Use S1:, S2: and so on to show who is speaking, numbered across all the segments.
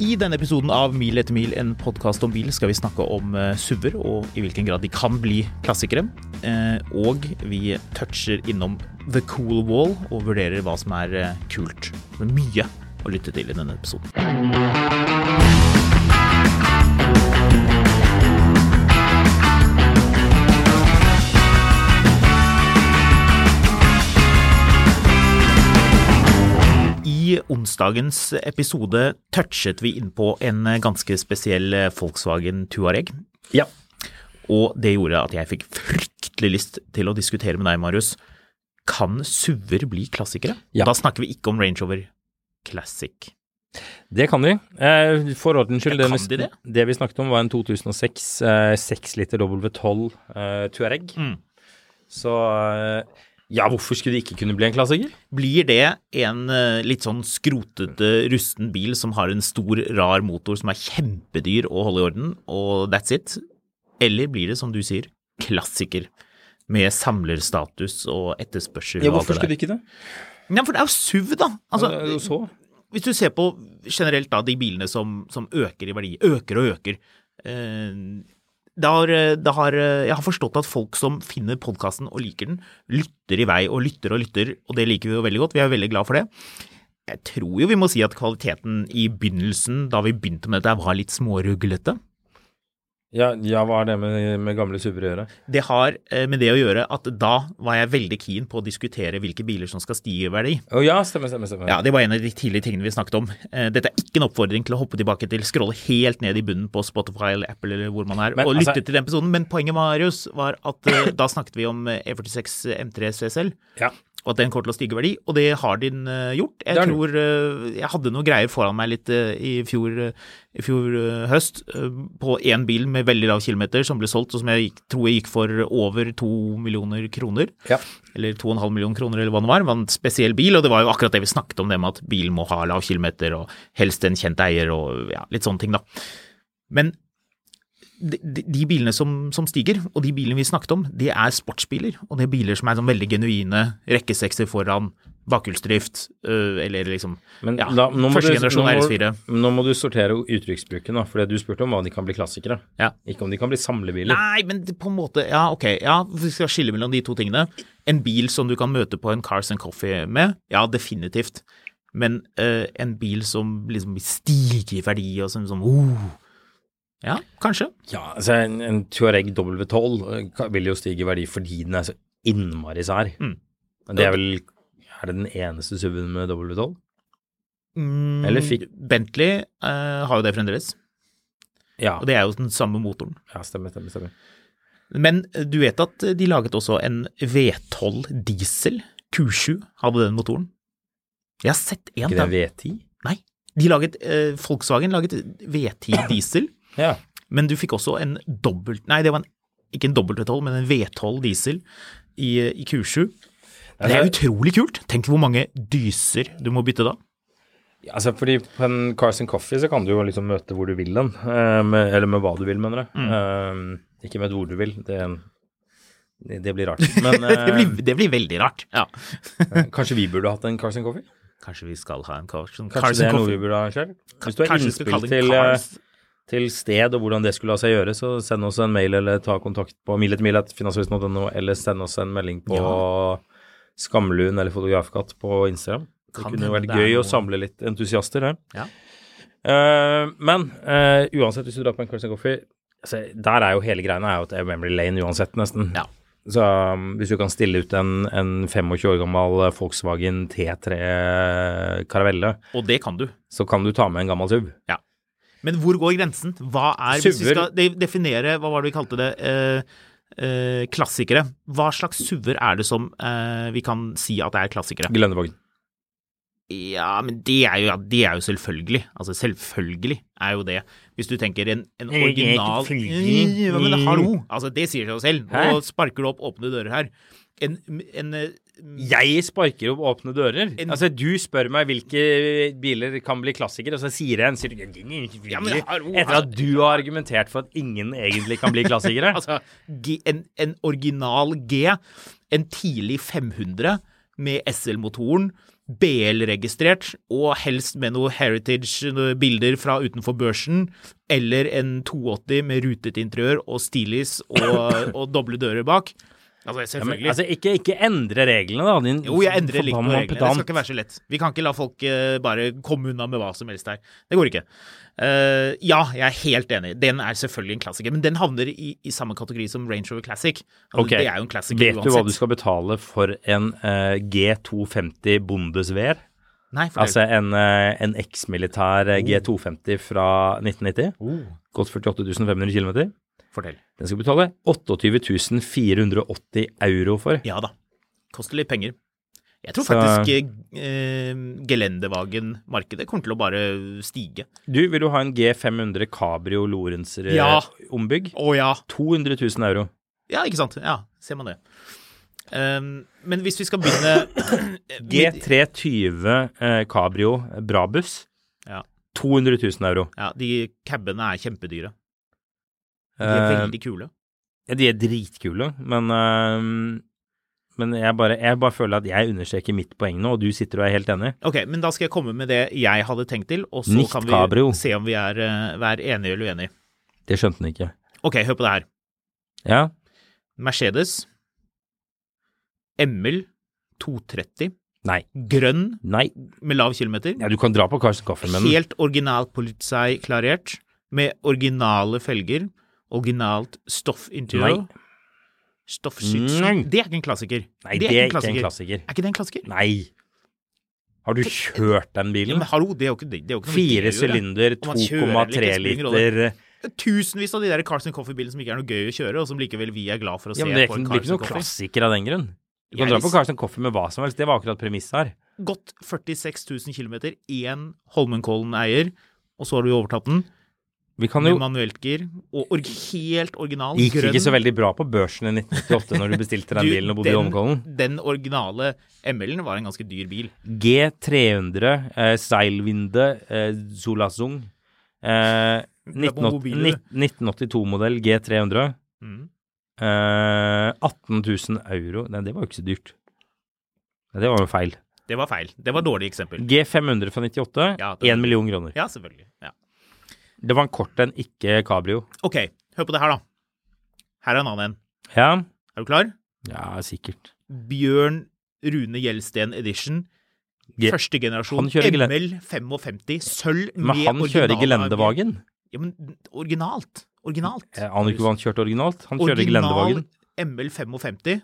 S1: I denne episoden av Mil etter mil, en podkast om bil, skal vi snakke om eh, SUV-er og i hvilken grad de kan bli klassikere. Eh, Og vi toucher innom The Cool Wall og vurderer hva som er eh, kult. Det er mye å lytte til i denne episoden. I onsdagens episode touchet vi inn på en ganske spesiell eh, Volkswagen Tuareg.
S2: Ja.
S1: Og det gjorde at jeg fikk fryktelig lyst til å diskutere med deg, Marius. Kan SUV-er bli klassikere?
S2: Ja.
S1: Da snakker vi ikke om Range Rover Classic.
S2: Det kan de. Eh, for ordens skyld,
S1: Ja, kan
S2: vi-
S1: de det?
S2: det vi snakket om var en 2006 eh, 6 liter W12 eh, Tuareg.
S1: Mm.
S2: Så eh, ja, hvorfor skulle det ikke kunne bli en klassiker?
S1: Blir det en eh, litt sånn skrotete, rusten bil som har en stor, rar motor som er kjempedyr å holde i orden, og that's it? Eller blir det, som du sier, klassiker? Med samlerstatus og etterspørsel og alt det der.
S2: ikke det?
S1: Nei, for det er jo SUV, da. Altså,
S2: Eh, så?
S1: hvis du ser på generelt da, de bilene som, som øker i verdi, øker og øker eh, da har, eh, da har, Jeg har forstått at folk som finner podkasten og liker den, lytter i vei og lytter og lytter, og det liker vi jo veldig godt. Vi er jo veldig glad for det. Jeg tror jo vi må si at kvaliteten i begynnelsen, da vi begynte med dette, var litt småruglete.
S2: Ja, ja, hva har det med, med gamle SUV-er å gjøre?
S1: Det har eh, med det å gjøre at da var jeg veldig keen på å diskutere hvilke biler som skal stige i verdi.
S2: Å ja, stemmer, stemmer. stemmer.
S1: Ja, det var en av de tidlige tingene vi snakket om. Eh, Dette er ikke en oppfordring til å hoppe tilbake til, scrolle helt ned i bunnen på Spotify eller Apple eller hvor man er,
S2: Men,
S1: og
S2: altså-
S1: lytte til den episoden. Men poenget, Marius, var at eh, da snakket vi om eh, E46 M3 CSL,
S2: Ja.
S1: og at den kommer til å stige i verdi, og det har den eh, gjort.
S2: Det
S1: Jeg
S2: har den
S1: tror eh, Jeg hadde noen greier foran meg litt eh, i fjor, eh, i fjor eh, høst eh, på én bil med veldig lav kilometer som ble solgt, og som jeg gikk, tror jeg gikk for over to millioner kroner
S2: Ja.
S1: eller 2,5 millioner kroner, eller hva det var. Det var en spesiell bil, og det var jo akkurat det vi snakket om, det med at bilen må ha lav kilometer, og helst en kjent eier, og ja, litt sånne ting, da. Men de, de de bilene som, som stiger, og de bilene vi snakket om, det er sportsbiler. Og det er biler som er sånn veldig genuine, rekkesekser foran, bakhjulsdrift, øh, eller liksom
S2: Men
S1: ja,
S2: la- nå må
S1: første
S2: du-
S1: generasjon
S2: nå må-
S1: RS4.
S2: Nå må du sortere uttrykksbruken, da, for det du spurte om var om de kan bli klassikere.
S1: Ja.
S2: Ikke om de kan bli samlebiler.
S1: Nei, men det- på en måte Ja, ok. Ja, vi skal skille mellom de to tingene. En bil som du kan møte på en Cars and Coffee med, ja, definitivt. Men eh, en bil som liksom stiger i verdi, og som sånn oh. Ja, kanskje.
S2: Ja, altså en, en Tuareg W12 ka- vil jo stige i verdi fordi den er så innmari sær.
S1: Mm.
S2: Men Det er vel Er det den eneste SUV-en med W12?
S1: Mm,
S2: Eller fikk-
S1: Bentley eh, har jo det fremdeles,
S2: Ja.
S1: og det er jo den samme motoren.
S2: ja, stemmer, stemmer. stemmer.
S1: Men eh, du vet at de laget også en V12 diesel, Q7, hadde den motoren. Jeg har sett én, da.
S2: Ikke det en V10?
S1: Nei. De laget, eh, Volkswagen laget V10 diesel.
S2: Ja.
S1: Men du fikk også en dobbelt Nei, det var en, ikke en dobbelt V12, men en V12 diesel i, i Q7. Det er
S2: Altså,
S1: utrolig kult. Tenk hvor mange dyser du må bytte da.
S2: altså fordi på en Cars and Coffee så kan du jo liksom møte hvor du vil den. eh, med, eller med hva du vil, mener jeg. Eh, ikke møte hvor du vil. Det, det, det blir rart. Men
S1: Det blir,
S2: eh,
S1: det blir veldig rart. Ja.
S2: kanskje vi burde hatt en Cars and Coffee?
S1: Kanskje vi skal ha en Carson
S2: Kanskje det er noe vi burde arrangere? Hvis du har innspill til eh, til sted og hvordan det skulle la seg gjøre, så send oss en mail eller ta kontakt på milettmil.finansavisen.no, eller send oss en melding på Skamlund eller Fotografkatt på Instagram. Det
S1: Kan
S2: kunne
S1: hende
S2: jo vært
S1: det er
S2: gøy å
S1: noe-
S2: samle litt entusiaster her.
S1: Ja.
S2: Eh, men eh, uansett, hvis du drar på en Carson Coffee altså, Der er jo hele greia er jo at det er memory lane uansett, nesten.
S1: Ja.
S2: Så um, hvis du kan stille ut en, en 25 år gammel eh, Volkswagen T3 Caravelle,
S1: Og det kan du.
S2: så kan du ta med en gammel SUV.
S1: Ja. Men hvor går grensen? Hva er Hvis vi
S2: Suver.
S1: skal de- definere, hva var det vi kalte det, eh, eh, klassikere. Hva slags suver er det som eh, vi kan si at er klassikere?
S2: Glennevogn.
S1: Ja, men det er jo, ja, det er jo selvfølgelig. Altså, selvfølgelig er jo det. Hvis du tenker en, en
S2: er ikke
S1: original Mm,
S2: selvfølgelig. Mm.
S1: Ja, Men hallo! Altså, det sier seg jo selv.
S2: Hæ?
S1: Nå sparker du opp åpne dører her. En, en eh,
S2: Jeg sparker opp åpne dører.
S1: En-
S2: Altså, du spør meg hvilke biler kan bli klassikere, og så sier jeg en sier du,
S1: Ja, men hallo,
S2: Etter at du har argumentert for at ingen egentlig kan bli klassikere.
S1: Altså, G, en, en original G, en tidlig 500 med SL-motoren, BL-registrert, og helst med noe heritage-bilder fra utenfor børsen, eller en 280 med rutet interiør og stilis og, og doble dører bak. Altså,
S2: Ja, men,
S1: selvfølgelig.
S2: altså, ikke, ikke endre reglene, da. Din
S1: jo, jeg endrer litt på
S2: forbanna
S1: reglene. Det skal
S2: pedant.
S1: ikke være så lett. Vi kan ikke la folk eh, bare komme unna med hva som helst her. Det går ikke. Eh, ja, jeg er helt enig. Den er selvfølgelig en klassiker, men den havner i, i samme kategori som Range Rover Classic. Altså,
S2: Ok,
S1: Det er jo en klassiker
S2: Vet
S1: uansett.
S2: du hva du skal betale for en eh, G250 Bundeswehr?
S1: Nei, for
S2: Altså en, eh, en eksmilitær eh,
S1: Oh.
S2: G250 fra 1990. Gått 48 500 km.
S1: fortell.
S2: Den skal du betale 28 480 euro for.
S1: Ja da. Koster litt penger. Jeg tror
S2: Så-
S1: faktisk eh, eh, Gelendewagen-markedet kommer til å bare stige.
S2: Du, vil du ha en G500 Cabrio Lorenzer eh,
S1: Ja.
S2: ombygg?
S1: Å ja.
S2: 200 000 euro.
S1: Ja, ikke sant. Ja, ser man det. Ehm, men hvis vi skal begynne
S2: G320 eh, Cabrio Brabus.
S1: Ja.
S2: 200 000 euro.
S1: Ja, de cabene er kjempedyre. De er
S2: Eh,
S1: veldig kule.
S2: Ja, de er dritkule, men, øhm, men jeg, bare, jeg bare føler at jeg understreker mitt poeng nå, og du sitter og er helt enig.
S1: Ok, men da skal jeg komme med det jeg hadde tenkt til, og så
S2: Nicht
S1: kan vi
S2: cabrio.
S1: se om vi er, eh, er enige eller uenige.
S2: Det skjønte han ikke.
S1: Ok, hør på det her.
S2: Ja,
S1: Mercedes, ML 230,
S2: nei,
S1: grønn
S2: nei.
S1: med lav kilometer,
S2: Ja, du kan dra på Carsten Coffin med den.
S1: helt original polizei klarert, med originale felger, originalt stoffinteriør.
S2: Nei. Nei.
S1: Stoffskytsel. Det er ikke en klassiker.
S2: Nei, det er ikke en klassiker.
S1: Er ikke det en klassiker?
S2: Nei. Har du kjørt den
S1: Ja,
S2: bilen?
S1: men hallo, det er jo ikke, det er jo ikke noe med det
S2: Fire
S1: å gjøre.
S2: sylinder,
S1: Om man kjører eller ikke,
S2: 2,3
S1: spiller ingen rolle.
S2: liter eh,
S1: Tusenvis av de der Carson Coffee-bilene som ikke er noe gøy å kjøre, og som likevel vi er glad for å se
S2: Ja, men det er
S1: på
S2: ikke-
S1: en
S2: det blir ikke
S1: Carson
S2: noen
S1: Coffee.
S2: klassiker av den grunn. Du kan
S1: Jeg
S2: dra på
S1: vis-
S2: Carsten Coffin med hva som helst, det var akkurat premisset her.
S1: Godt 46 000 km, én Holmenkollen-eier, og så har du jo overtatt den.
S2: Vi kan
S1: Med
S2: jo
S1: manuelt gir, og org helt original
S2: Gikk
S1: grønn
S2: ikke så veldig bra på børsen i 1998 når du bestilte den
S1: Du,
S2: bilen og bodde i
S1: den-
S2: Holmenkollen.
S1: Den originale ML-en var en ganske dyr bil.
S2: G300, eh, seilvinde, eh, Zulazung. Eh,
S1: mobil, du.
S2: 1982-modell G300.
S1: Mm.
S2: Eh, 18 000 euro. Nei, det var jo ikke så dyrt. Nei, det var jo feil.
S1: Det var feil. Det var dårlig eksempel.
S2: G500 fra 98,
S1: Ja, det-
S2: 1 million kroner.
S1: Ja, selvfølgelig. Ja.
S2: Det var en kort en, ikke cabrio.
S1: Ok, hør på det her, da. Her er en annen en.
S2: Ja,
S1: Er du klar?
S2: ja sikkert.
S1: Bjørn Rune Gjelsten Edition.
S2: Ge-
S1: Første generasjon
S2: Han kjører gelen-
S1: ML 55 sølv
S2: Men han kjører gelendevagen.
S1: Ja, men originalt. Originalt.
S2: Jeg aner ikke hva han kjørte originalt. Han kjører
S1: Original
S2: gelendevagen.
S1: ML 55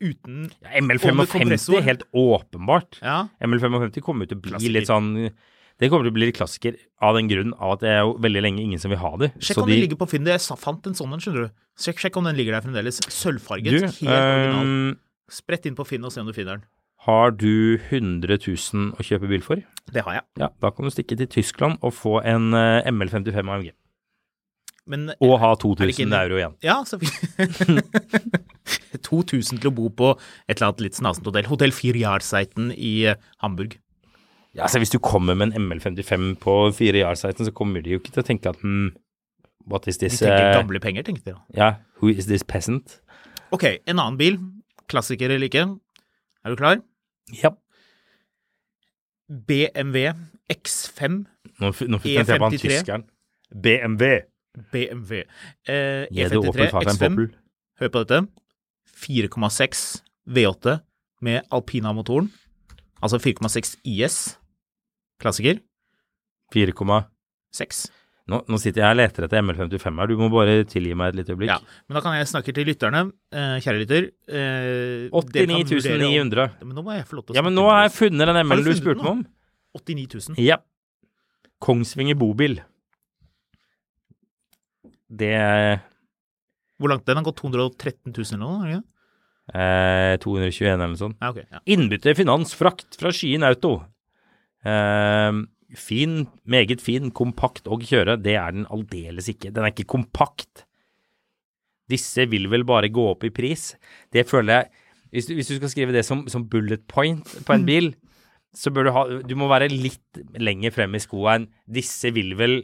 S1: uten
S2: Ja,
S1: Og med
S2: ML55,
S1: kompressor.
S2: helt åpenbart.
S1: Ja,
S2: ML55 kommer jo til å bli
S1: Klassiker.
S2: litt sånn Det kommer til å bli litt klassiker av den grunn av at det er jo veldig lenge ingen som vil ha de.
S1: sjekk om den ligger på Finn. Jeg sa- fant en sånn en, skjønner du. Sjekk, sjekk om den ligger der fremdeles. Sølvfarget.
S2: du,
S1: helt
S2: ehm,
S1: original.
S2: øhm,
S1: Sprett inn på Finn og se om du finner den.
S2: har du 100 000 å kjøpe bil for?
S1: Det har jeg.
S2: Ja, da kan du stikke til Tyskland og få en eh, ML55 AMG.
S1: Men
S2: Og ha
S1: det ikke
S2: 2000
S1: en-
S2: euro igjen.
S1: Ja, så 2000 til å bo på et eller annet litt snasent hotell. Hotell Firjarseiten i eh, Hamburg.
S2: Ja, altså Hvis du kommer med en ML55 på 4 Yard-siten, så kommer de jo ikke til å tenke at hm, What is
S1: De
S2: this
S1: tenker
S2: eh,
S1: gamle penger, tenkte jeg da.
S2: Ja, who is this peasant?
S1: Ok, en annen bil. Klassiker eller ikke. Er du klar?
S2: Ja.
S1: BMW X5
S2: Nå, f- nå fikk jeg
S1: E
S2: se på han
S1: E53.
S2: tyskeren. BMW.
S1: BMW. Eh,
S2: Ja, det er Opel
S1: E53
S2: Fafan
S1: X5.
S2: Popel.
S1: Hør på dette. 4,6 V8 med alpina-motoren. Altså 4,6 IS, klassiker,
S2: 4,
S1: 6.
S2: nå, nå sitter jeg og leter etter ML55 her, du må bare tilgi meg et lite øyeblikk.
S1: Ja, men da kan jeg snakke til lytterne, eh, kjære lytter. eh, dere kan
S2: 89
S1: vurdere om-
S2: 900.
S1: Men nå må jeg få lov til å
S2: Ja, men
S1: snakke
S2: nå
S1: om
S2: har jeg
S1: det.
S2: funnet den
S1: Har du
S2: ML-en du
S1: funnet
S2: spurte
S1: den nå?
S2: meg om.
S1: 89 000.
S2: Ja. Kongsvinger bobil. Det er
S1: Hvor langt? Den har gått 213 000 eller noe? har den ikke det?
S2: eh, 221 eller noe sånt.
S1: Ja, ok. Ja.
S2: Innbytte finans frakt fra Skien Auto. Eh, fin, meget fin, kompakt å kjøre. Det er den aldeles ikke. Den er ikke kompakt. Disse vil vel bare gå opp i pris. Det føler jeg Hvis du, hvis du skal skrive det som, som bullet point på en bil, så bør du ha Du må være litt lenger frem i skoa enn Disse vil vel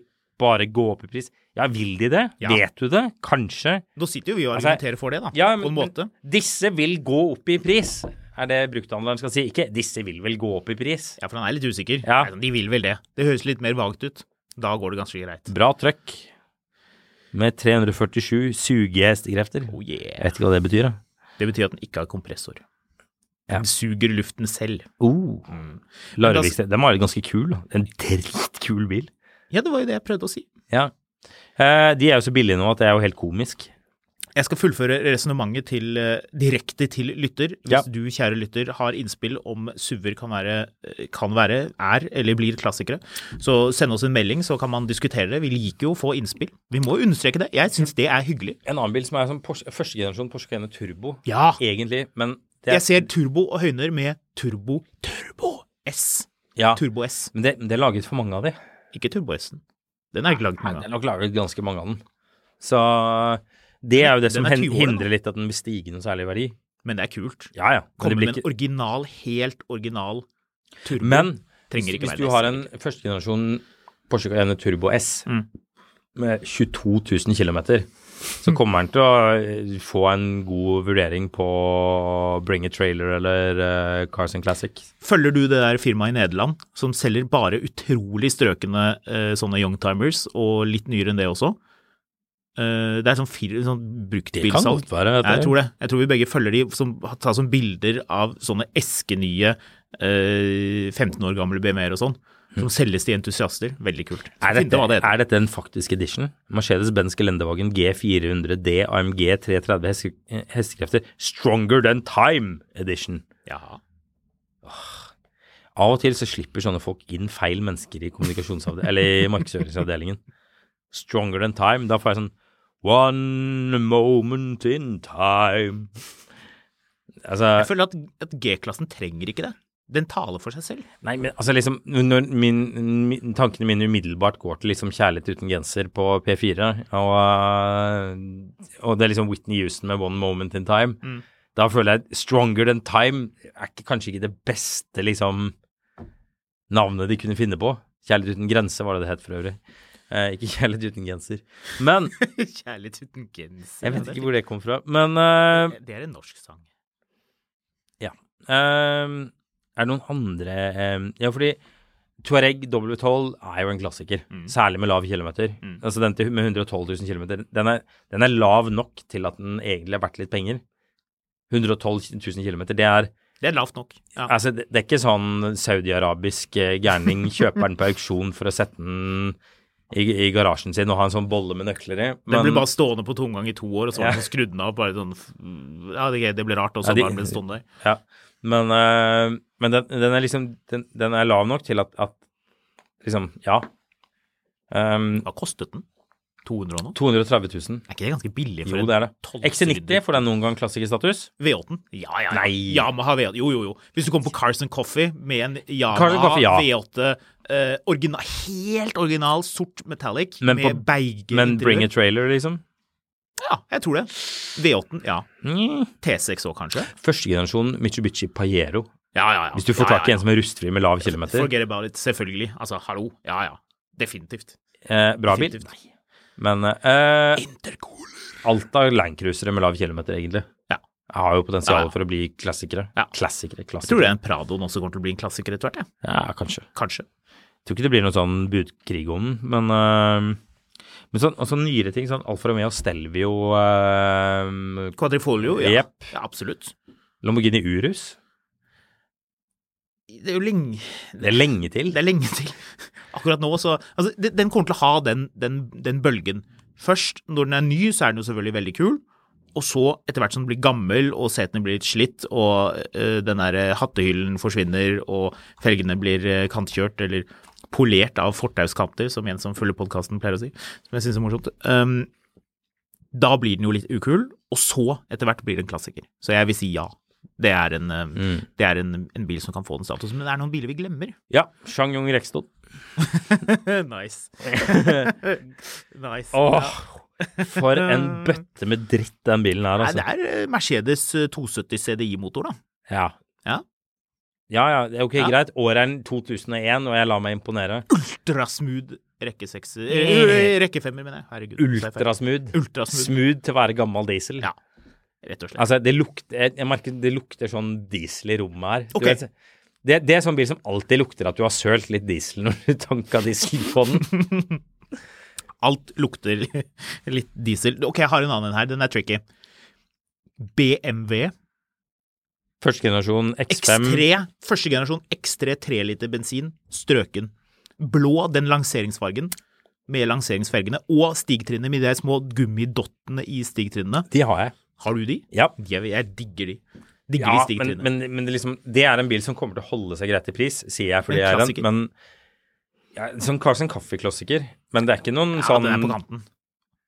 S2: bare gå opp i pris. Ja, vil de det?
S1: Ja.
S2: Vet du det? Kanskje?
S1: Da sitter jo vi og
S2: Altså,
S1: argumenterer for det, da.
S2: Ja,
S1: på en
S2: men,
S1: måte.
S2: men disse vil gå opp i pris, er det brukthandleren skal si. Ikke 'disse vil vel gå opp i pris'.
S1: Ja, for han er litt usikker.
S2: Ja.
S1: Nei, De vil vel det. Det høres litt mer vagt ut. Da går det ganske greit.
S2: Bra trøkk. Med 347 sugehestekrefter.
S1: Oh
S2: Jeg
S1: yeah.
S2: vet ikke hva det betyr, da.
S1: Det betyr at den ikke har kompressor.
S2: Ja.
S1: Den suger luften selv.
S2: Oh.
S1: Men
S2: Larvikste. Den var ganske kul. da. En dritkul bil.
S1: Ja, det var jo det jeg prøvde å si.
S2: Ja. Eh, de er jo så billige nå at det er jo helt komisk.
S1: Jeg skal fullføre resonnementet til, eh, direkte til lytter. Hvis
S2: Ja.
S1: du, kjære lytter, har innspill om SUV-er kan være, eh, kan være, er eller blir klassikere, så send oss en melding, så kan man diskutere det. Vi liker jo å få innspill. Vi må jo understreke det. Jeg syns det er hyggelig.
S2: En annen bil som er sånn Porsche, førstegenerasjon Porsche Cayenne Turbo,
S1: Ja.
S2: egentlig, men det er,
S1: Jeg ser turbo og høyner med turbo Turbo S.
S2: ja,
S1: Turbo S.
S2: men det, men det er laget for mange av de.
S1: Ikke turbo S-en. Den er ikke langt
S2: Nei, det
S1: unna.
S2: er nok laget ganske mange av den. Så det er jo det
S1: Den
S2: som
S1: er
S2: hen-
S1: 20 år, da.
S2: hindrer litt at den vil stige noe særlig verdi.
S1: Men det er kult.
S2: Ja, ja. Men,
S1: Komme
S2: det
S1: med
S2: blir
S1: en
S2: ikke,
S1: original, helt original turbo.
S2: men hvis,
S1: Trenger ikke
S2: hvis
S1: være
S2: du
S1: det,
S2: har en førstegenerasjon Porsche Cayenne Turbo S
S1: Mm.
S2: med 22 000 km,
S1: Mm.
S2: så kommer den til å eh, få en god vurdering på Bring a Trailer eller eh, Cars and Classic.
S1: Følger du det der firmaet i Nederland som selger bare utrolig strøkne eh, sånne youngtimers, og litt nyere enn det også? Eh, det er sånn, fir- sånn bruktbilsalg.
S2: være. vet
S1: Ja, jeg
S2: du.
S1: tror det. Jeg tror vi begge følger de som tar sånn bilder av sånne eskenye eh, 15 år gamle BMW-er og sånn, som selges til entusiaster. Veldig kult.
S2: Hm. Er
S1: Finn ut
S2: dette,
S1: hva det heter.
S2: er dette en faktisk edition? Mercedes-Benz Gelendewagen G400D AMG 330 heste- hestekrefter Stronger Than Time Edition.
S1: Ja.
S2: Av og til så slipper sånne folk inn feil mennesker i kommunikasjonsavdelingen, eller i markedsføringsavdelingen. Stronger Than Time. Da får jeg sånn One moment in time. Altså,
S1: Jeg føler at, at G-klassen trenger ikke det. Den taler for seg selv.
S2: Nei, men altså liksom når min, min, Tankene mine umiddelbart går til liksom Kjærlighet uten genser på P4, og, øh, og det er liksom Whitney Houston med One Moment in Time. Da føler jeg Stronger Than Time er ikke, kanskje ikke det beste liksom navnet de kunne finne på. Kjærlighet uten grense var det det het for øvrig. Eh, ikke Kjærlighet uten genser. Men
S1: Kjærlighet uten genser.
S2: jeg vet ikke hvor det kom fra. Men øh,
S1: Det er en norsk sang.
S2: Ehm, er det noen andre ehm, Ja, fordi Touareg W12 er jo en klassiker.
S1: Mm.
S2: Særlig med lav kilometer. Altså den til, med 112 000 kilometer. Den er, den er lav nok til at den egentlig er verdt litt penger. 112 000 kilometer, det er
S1: Det er lavt nok. Ja.
S2: Altså, det, det er ikke sånn saudi-arabisk eh, gærning kjøper den på auksjon for å sette den i, i garasjen sin og ha en sånn bolle med nøkler i.
S1: Den ble
S2: men-
S1: bare stående på tomgang i to år, og så var
S2: Ja.
S1: den sånn skrudd den av. Bare sånn, ja, det, det ble rart, og så
S2: Ja, de-
S1: bare ble den stående der.
S2: Ja, men, eh, men den, den er liksom den, den er lav nok til at, at liksom, ja. Ehm,
S1: Hva kostet den? 200 og noe?
S2: 230 000.
S1: Er ikke det ganske billig for
S2: Jo, det er det.
S1: en
S2: XC90, får den noen gang klassikerstatus?
S1: V8? Ja, ja, ja.
S2: Nei.
S1: Yamaha V8. Jo, jo, jo. Hvis du kommer på Carson Coffee med en Yamaha
S2: Carlson Coffee, ja.
S1: V8 eh, origina- helt original sort metallic
S2: Men på-
S1: med beige
S2: Men bring a
S1: interiør.
S2: trailer, liksom?
S1: Ja, jeg tror det. V8-en, ja.
S2: Mm.
S1: T6 òg, kanskje?
S2: Førstegenerasjon Mitsubishi Pajero.
S1: Ja, ja, ja.
S2: Hvis du får
S1: ja,
S2: tak i en som er rustfri med lav kilometer.
S1: Forget about it. Selvfølgelig. Altså, hallo. Ja, ja. Definitivt.
S2: Eh, bra bil.
S1: Definitivt. Nei.
S2: Men eh,
S1: Intercool.
S2: alt av landcruisere med lav kilometer, egentlig.
S1: Ja.
S2: Har jo
S1: Ja,
S2: potensial
S1: ja.
S2: for å bli klassikere.
S1: Ja.
S2: Klassikere,
S1: Jeg tror
S2: klassikere.
S1: den Pradoen også kommer til å bli en klassiker etter hvert, jeg.
S2: Ja, kanskje.
S1: Kanskje.
S2: tror ikke det blir noen sånn budkrig om den, men, øh, men sånn, og sånn nyere ting, sånn Alfa Romeo Stelvio, øh,
S1: Quadrifolio, ja.
S2: Jepp.
S1: ja absolutt.
S2: Lamborghini Urus
S1: Det er jo lenge
S2: Det er lenge til.
S1: Det er lenge til. Akkurat nå, så Altså, de- den kommer til å ha den, den, den bølgen. Først, når den er ny, så er den jo selvfølgelig veldig kul. Og så, etter hvert som den blir gammel, og setene blir litt slitt, og eh, den der eh, hattehyllen forsvinner, og felgene blir eh, kantkjørt eller polert av fortauskanter, som en som følger podkasten pleier å si, som jeg syns er morsomt. Um, da blir den jo litt ukul, og så, etter hvert, blir det en klassiker. Så jeg vil si ja. Det er en, eh,
S2: Mm.
S1: det er en, en bil som kan få den statusen. Men det er noen biler vi glemmer.
S2: Ja, Chang Yong Rekstad.
S1: nice. nice.
S2: Åh,
S1: Ja.
S2: for en bøtte med dritt den bilen her,
S1: Nei,
S2: altså.
S1: det er eh, Mercedes eh, 270 CDI-motor, da.
S2: Ja.
S1: Ja.
S2: Ja, ja, det er ok,
S1: Ja.
S2: greit. Året er 2001, og jeg lar meg imponere.
S1: Ultrasmooth rekke seks eh, Rekke femmer, mener jeg. Herregud. så er jeg feil.
S2: Ultrasmooth.
S1: Ultrasmooth.
S2: Smooth til å være gammel diesel.
S1: Ja. Rett og slett.
S2: Altså, det lukter jeg, jeg merker det lukter sånn diesel i rommet her. Du
S1: Ok.
S2: vet, det, det er sånn bil som alltid lukter at du har sølt litt diesel når du tanka diesel på den.
S1: Alt lukter litt diesel. Ok, jeg har en annen en her. Den er tricky. BMW
S2: Første generasjon X5.
S1: X3, første generasjon X3 3 liter bensin, strøken. Blå, den lanseringsfargen, med lanseringsfelgene, og stigtrinnet med de små gummidottene i stigtrinnene.
S2: De har jeg.
S1: Har du de?
S2: Ja.
S1: De er, jeg digger de. Digger
S2: Ja,
S1: de
S2: men,
S1: stigtrinnene.
S2: men, men det, liksom, det er en bil som kommer til å holde seg greit i pris, sier jeg fordi
S1: En
S2: jeg er
S1: klassiker.
S2: den. Men ja, sånn Carlsen Kaffe-klassiker. Men det er ikke noen
S1: Ja,
S2: sånn
S1: den er på kanten.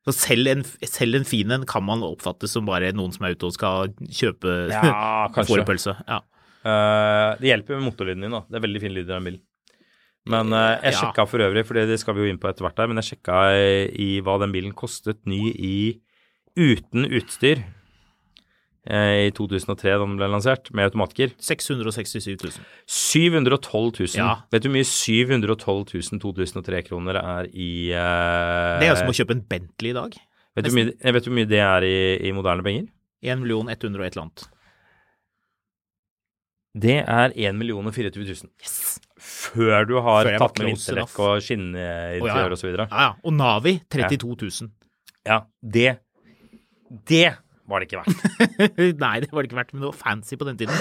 S1: Så selv en, selv en fin en kan man oppfattes som bare noen som er ute og skal kjøpe
S2: Ja, kanskje.
S1: fårepølse. Ja.
S2: Eh, det hjelper med motorlyden din, da. Det er veldig fin lyd i den bilen. Men eh,
S1: Ja.
S2: jeg sjekka for øvrig, for det skal vi jo inn på etter hvert her, men jeg sjekka i hva den bilen kostet ny i uten utstyr eh, i 2003 da den ble lansert, med automatgir.
S1: 667 000.
S2: 712 000.
S1: Ja.
S2: Vet du hvor mye 712 000 2003-kroner er i eh,
S1: Det er jo som å kjøpe en Bentley i dag.
S2: vet, du hvor mye, eh, vet du hvor mye det er i, i moderne penger?
S1: 1 million 100 og et eller annet.
S2: Det er 1 024 000. Før du har
S1: Før jeg var
S2: tatt med
S1: close
S2: vinterdekk
S1: enough.
S2: og skinninteriør og så videre.
S1: Ja, ja. Og Navi 32 000.
S2: Ja, det Det var det ikke verdt.
S1: Nei, det var det ikke verdt, men det var fancy på den tiden.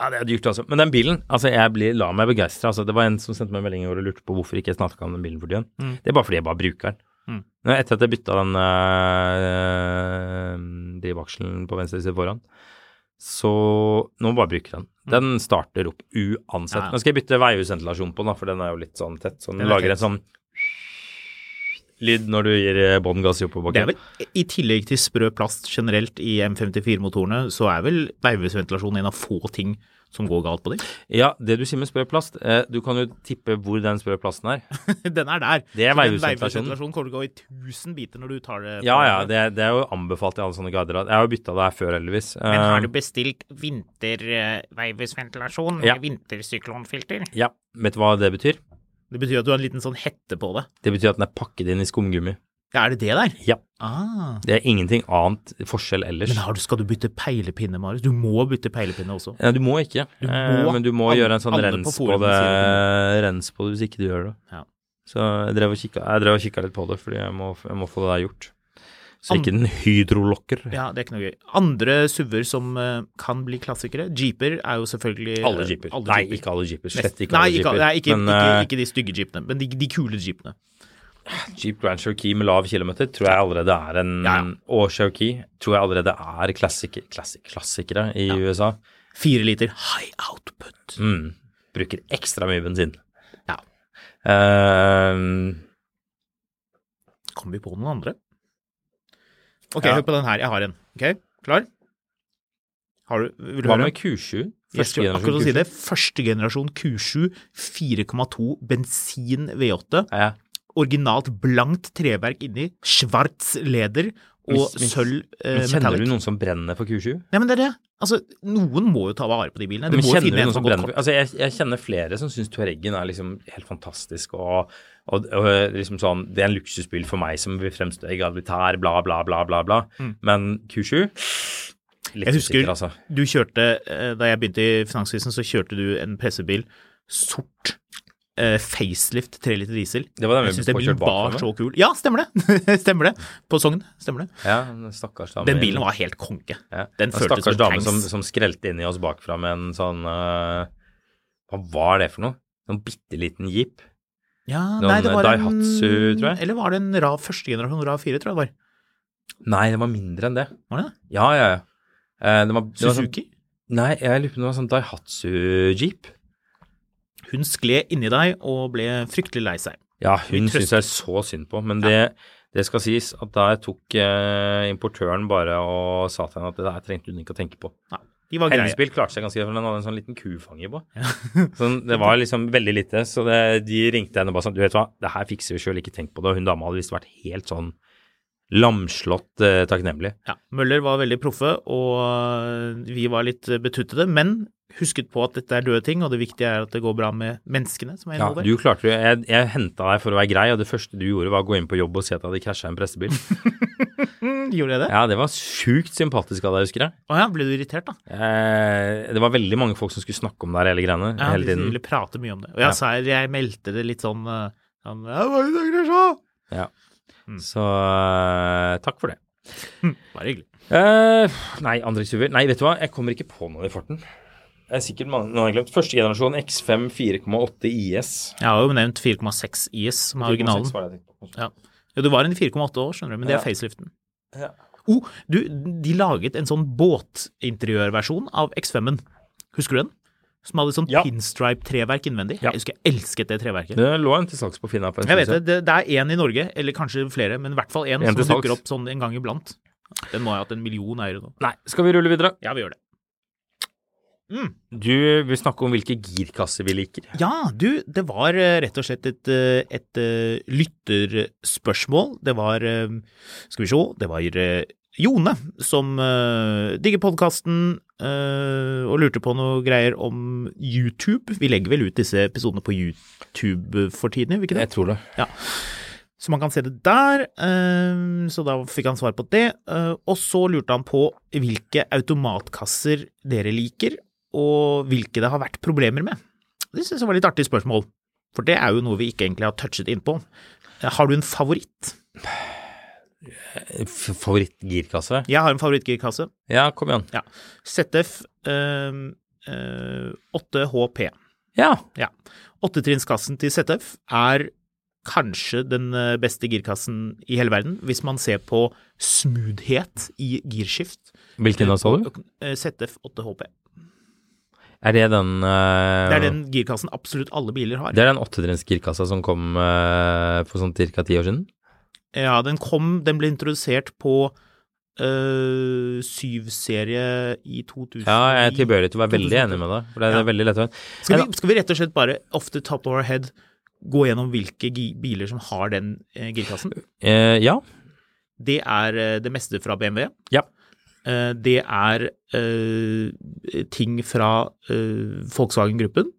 S2: Ja, det er dyrt, altså. Men den bilen, altså, jeg blir, la meg begeistre. Altså, det var en som sendte meg en melding i går og lurte på hvorfor ikke jeg snakka om den bilen for tiden. Det er bare fordi jeg bare bruker den.
S1: Mm.
S2: Nå, etter at jeg bytta den øh, drivaksjen på venstre side foran, så nå bare bruker jeg den. Den starter opp
S1: Mm. Ja,
S2: uansett.
S1: ja.
S2: Nå skal jeg bytte veihusventilasjon på den, da, for den er jo litt sånn tett. Så den,
S1: Den er
S2: lager
S1: tett.
S2: en sånn lyd når du gir eh, bånn gass i
S1: Det er
S2: oppoverbakken.
S1: vel, I tillegg til sprø plast generelt i M54-motorene, så er vel veivesventilasjon en av få ting som går galt på dem.
S2: Ja, det du sier med sprø plast, eh, du kan jo tippe hvor den sprø plasten er.
S1: Den er der.
S2: Det
S1: Så den
S2: er veivesventilasjonen.
S1: veivesventilasjonen kommer til å gå i tusen biter når du tar det. på
S2: Ja ja,
S1: den.
S2: det, er- det er jo anbefalt i alle sånne guider. at- Jeg har jo bytta det her før, heldigvis.
S1: Men
S2: Eh,
S1: har du bestilt vinterveivesventilasjon med
S2: Ja.
S1: vintersyklonfilter?
S2: Ja, vet du hva det betyr?
S1: Det betyr at du har en liten sånn hette på det.
S2: Det betyr at den er pakket inn i skumgummi.
S1: Ja, er det det der?
S2: Ja.
S1: Ah.
S2: Det er ingenting annet forskjell ellers.
S1: Men har du, skal du bytte peilepinne, Marius? Du må bytte peilepinne også.
S2: Ja, du må ikke,
S1: Du
S2: Eh,
S1: må.
S2: men du må
S1: Alle-
S2: gjøre en sånn
S1: alle på
S2: rens på,
S1: forumet sier
S2: det Rens på det hvis ikke du gjør det.
S1: Ja.
S2: Så jeg drev og kikka, jeg drev og kikka litt på det, fordi jeg må, jeg må få det der gjort. Så ikke den hydrolokker.
S1: Ja, det er ikke noe gøy. Andre SUV-er som eh, kan bli klassikere. Jeeper er jo selvfølgelig eh,
S2: Alle jeeper. Nei, ikke alle jeeper. Slett ikke
S1: Nei,
S2: alle jeeper.
S1: Nei, ikke,
S2: Men,
S1: ikke,
S2: eh,
S1: ikke de stygge jeepene, men de, de kule jeepene.
S2: Jeep Grand Cherokee med lav kilometer tror jeg allerede er en
S1: Ja, ja.
S2: Og Cherokee tror jeg allerede er klassiker, klassik, klassikere i USA.
S1: Fire liter high output.
S2: Mm. Bruker ekstra mye bensin.
S1: Ja.
S2: Ehm,
S1: Kom vi på noen andre? Ok,
S2: Ja.
S1: hør på den her. Jeg har en. Ok, klar? Har du, vil du
S2: hva
S1: høre?
S2: med Q7?
S1: Jeg
S2: Første
S1: skulle akkurat å
S2: generasjon
S1: si
S2: Q7.
S1: det. Første generasjon Q7, 4,2 bensin V8.
S2: Ja, ja.
S1: Originalt blankt treverk inni, svart leder og
S2: Men- men-
S1: sølv eh,
S2: Men kjenner
S1: metallic.
S2: du noen som brenner for Q7?
S1: Nei, men det er det. Altså, noen må jo ta vare på de bilene. Du
S2: Men
S1: må jo
S2: kjenner du
S1: finne en
S2: noen
S1: som
S2: som
S1: går
S2: brenner for,
S1: kort.
S2: altså jeg, jeg kjenner flere som syns Touareggen er liksom helt fantastisk og, og, og liksom sånn Det er en luksusbil for meg som vil fremstå egalitær, bla, bla, bla, bla, bla. Men Q7
S1: Mm.
S2: Litt
S1: Jeg husker
S2: usikker, altså.
S1: du kjørte, eh, da jeg begynte i finanskrisen, så kjørte du en pressebil sort eh, facelift 3 liter diesel.
S2: Det var den
S1: Jeg
S2: vi
S1: syns den
S2: får
S1: bilen
S2: kjørt bakfra
S1: var
S2: med.
S1: så kul. Ja, stemmer det! stemmer det. På Sogn. Stemmer det.
S2: Ja, den stakkars dame.
S1: Den bilen var helt konke.
S2: ja.
S1: Den føltes
S2: stakkars
S1: som
S2: dame
S1: tanks.
S2: som, som skrelte inn i oss bakfra med en sånn eh, Hva var det for noe? Sånn bitte liten jeep.
S1: Ja,
S2: Noen
S1: nei, det var
S2: Daihatsu,
S1: en,
S2: tror jeg.
S1: Eller var det en RAV første generasjon RAV 4, tror jeg det var.
S2: Nei, den var mindre enn det.
S1: var det? det?
S2: Ja, ja, ja. Eh, den var, det var sånn,
S1: Suzuki.
S2: nei, jeg lurer på om det var sånn Daihatsu-jeep.
S1: Hun skled inni deg og ble fryktelig lei seg.
S2: Ja,
S1: Vi
S2: hun
S1: trøster.
S2: syns jeg så synd på, men det, det skal sies at der tok eh, importøren bare og sa til henne at det der trengte hun ikke å tenke på.
S1: Nei, de var
S2: Hennes
S1: greie.
S2: bil klarte seg ganske greit, for den hadde en sånn liten kufanger på. sånn, det var liksom veldig lite, så det, de ringte henne og bare sånn Du vet hva, det her fikser vi sjøl, ikke tenk på det. Og hun dama hadde visst vært helt sånn lamslått eh, takknemlig.
S1: Ja, Møller var veldig proffe, og eh, vi var litt betuttede, men husket på at dette er døde ting, og det viktige er at det går bra med menneskene som er
S2: Ja,
S1: involvert.
S2: du klarte det. Jeg, jeg henta deg for å være grei, og det første du gjorde, var å gå inn på jobb og si at jeg hadde krasja en prestebil.
S1: Mm, Gjorde jeg det?
S2: ja, det var sjukt sympatisk av deg, husker jeg.
S1: Å ja, ble du irritert, da?
S2: Eh, det var veldig mange folk som skulle snakke om det her hele greiene
S1: Ja,
S2: hele
S1: de
S2: tiden.
S1: ville prate mye om det. Og
S2: Ja.
S1: jeg sa jeg meldte det litt sånn eh, sånn, «Ja, hva er det dere så?»
S2: Ja. Så eh, takk for det.
S1: Bare hyggelig.
S2: Eh, nei, andre SUV-er Nei, vet du hva, jeg kommer ikke på noe i farten. Det er sikkert mange, noen har glemt. Første generasjon X5 oh 4,8 IS.
S1: Jeg har jo nevnt 4,6 IS, som er originalen.
S2: 4,6 var det jeg tenkte på, kanskje.
S1: Ja. Jo, du var en i 4,8 år, skjønner du, men det
S2: Ja.
S1: er faceliften.
S2: Ja.
S1: Oh, du, de laget en sånn båtinteriørversjon av X5-en. Husker du den? Som hadde sånn
S2: Ja.
S1: pinstripe-treverk innvendig.
S2: Ja.
S1: Jeg husker jeg elsket det treverket.
S2: Det lå en til salgs på Finna. på en
S1: jeg vet
S2: stund
S1: det, det, det er én i Norge, eller kanskje flere, men i hvert fall én
S2: En
S1: som
S2: til salgs.
S1: dukker opp sånn en gang iblant. Den må ha hatt en million eiere nå.
S2: siden. Nei, skal vi rulle videre?
S1: Ja, vi gjør det.
S2: Du vil snakke om hvilke girkasser vi liker.
S1: Ja, du, det var eh, rett og slett et, eh, et eh, lytterspørsmål. Det var eh, Skal vi se, det var eh, Jone som eh, digger podkasten og lurte på noe greier om YouTube. Vi legger vel ut disse episodene på YouTube for tiden, gjør vi ikke det?
S2: tror det.
S1: Så man kan se det der. eh, Så da fikk han svar på det. Eh, Og så lurte han på hvilke automatkasser dere liker, og hvilke det har vært problemer med. Det synes jeg var litt artig spørsmål, for det er jo noe vi ikke egentlig har touchet innpå. Eh, Har du en favoritt?
S2: Favorittgirkasse?
S1: Jeg har en favorittgirkasse.
S2: Ja, kom igjen.
S1: Ja. ZF eh, eh, 8HP.
S2: Ja.
S1: Ja. Åttetrinnskassen til ZF er kanskje den eh, beste girkassen i hele verden, hvis man ser på smoothhet i girskift.
S2: Hvilken da, sa du?
S1: Eh, ZF 8HP.
S2: Er det den eh,
S1: Det er den girkassen absolutt alle biler har.
S2: Det er den åttedrenns girkassa som kom eh, for sånn ca. ti år siden?
S1: Ja, den kom, den ble introdusert på øh, 7-serie i 2000.
S2: Ja, jeg er tilbøyelig til å være veldig enig med deg. For det er
S1: sånn Ja.
S2: veldig lett å
S1: Skal vi, skal vi rett og slett bare off the top of our head gå gjennom hvilke gi- biler som har den eh, girkassen?
S2: Eh, ja.
S1: Det er eh, det meste fra BMW.
S2: Ja.
S1: Eh, Det er eh, ting fra eh, Volkswagen-gruppen,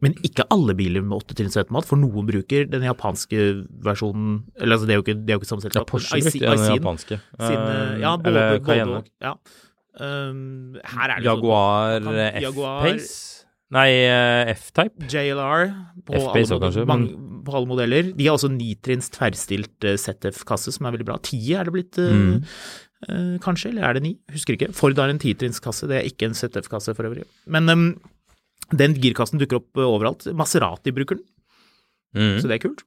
S1: men ikke alle biler med åttetrinns automat, for noen bruker den japanske versjonen Eller altså, det er jo ikke, det er jo ikke samme
S2: ja
S1: selskap.
S2: Porsche
S1: men
S2: brukte den
S1: Aisin
S2: japanske.
S1: sin, eh,
S2: Eh,
S1: ja, både,
S2: eller
S1: både
S2: Cayenne.
S1: og, ja. Um, her er det jo
S2: Jaguar
S1: sånn-
S2: eh,
S1: Jaguar-
S2: F-Pace. Nei, eh, F-Type.
S1: sånn JLR på alle,
S2: F-Pace også,
S1: modeller,
S2: kanskje,
S1: mange, på alle modeller. De har også nitrinns tverrstilt eh, ZF-kasse, som er veldig bra. Ti er det blitt, eh,
S2: Mm.
S1: eh, kanskje, eller er det ni? Husker ikke. Ford har en titrinnskasse, det er ikke en ZF-kasse for øvrig. Men um, den girkassen dukker opp eh, overalt. Maserati bruker den,
S2: Mm.
S1: så det er kult.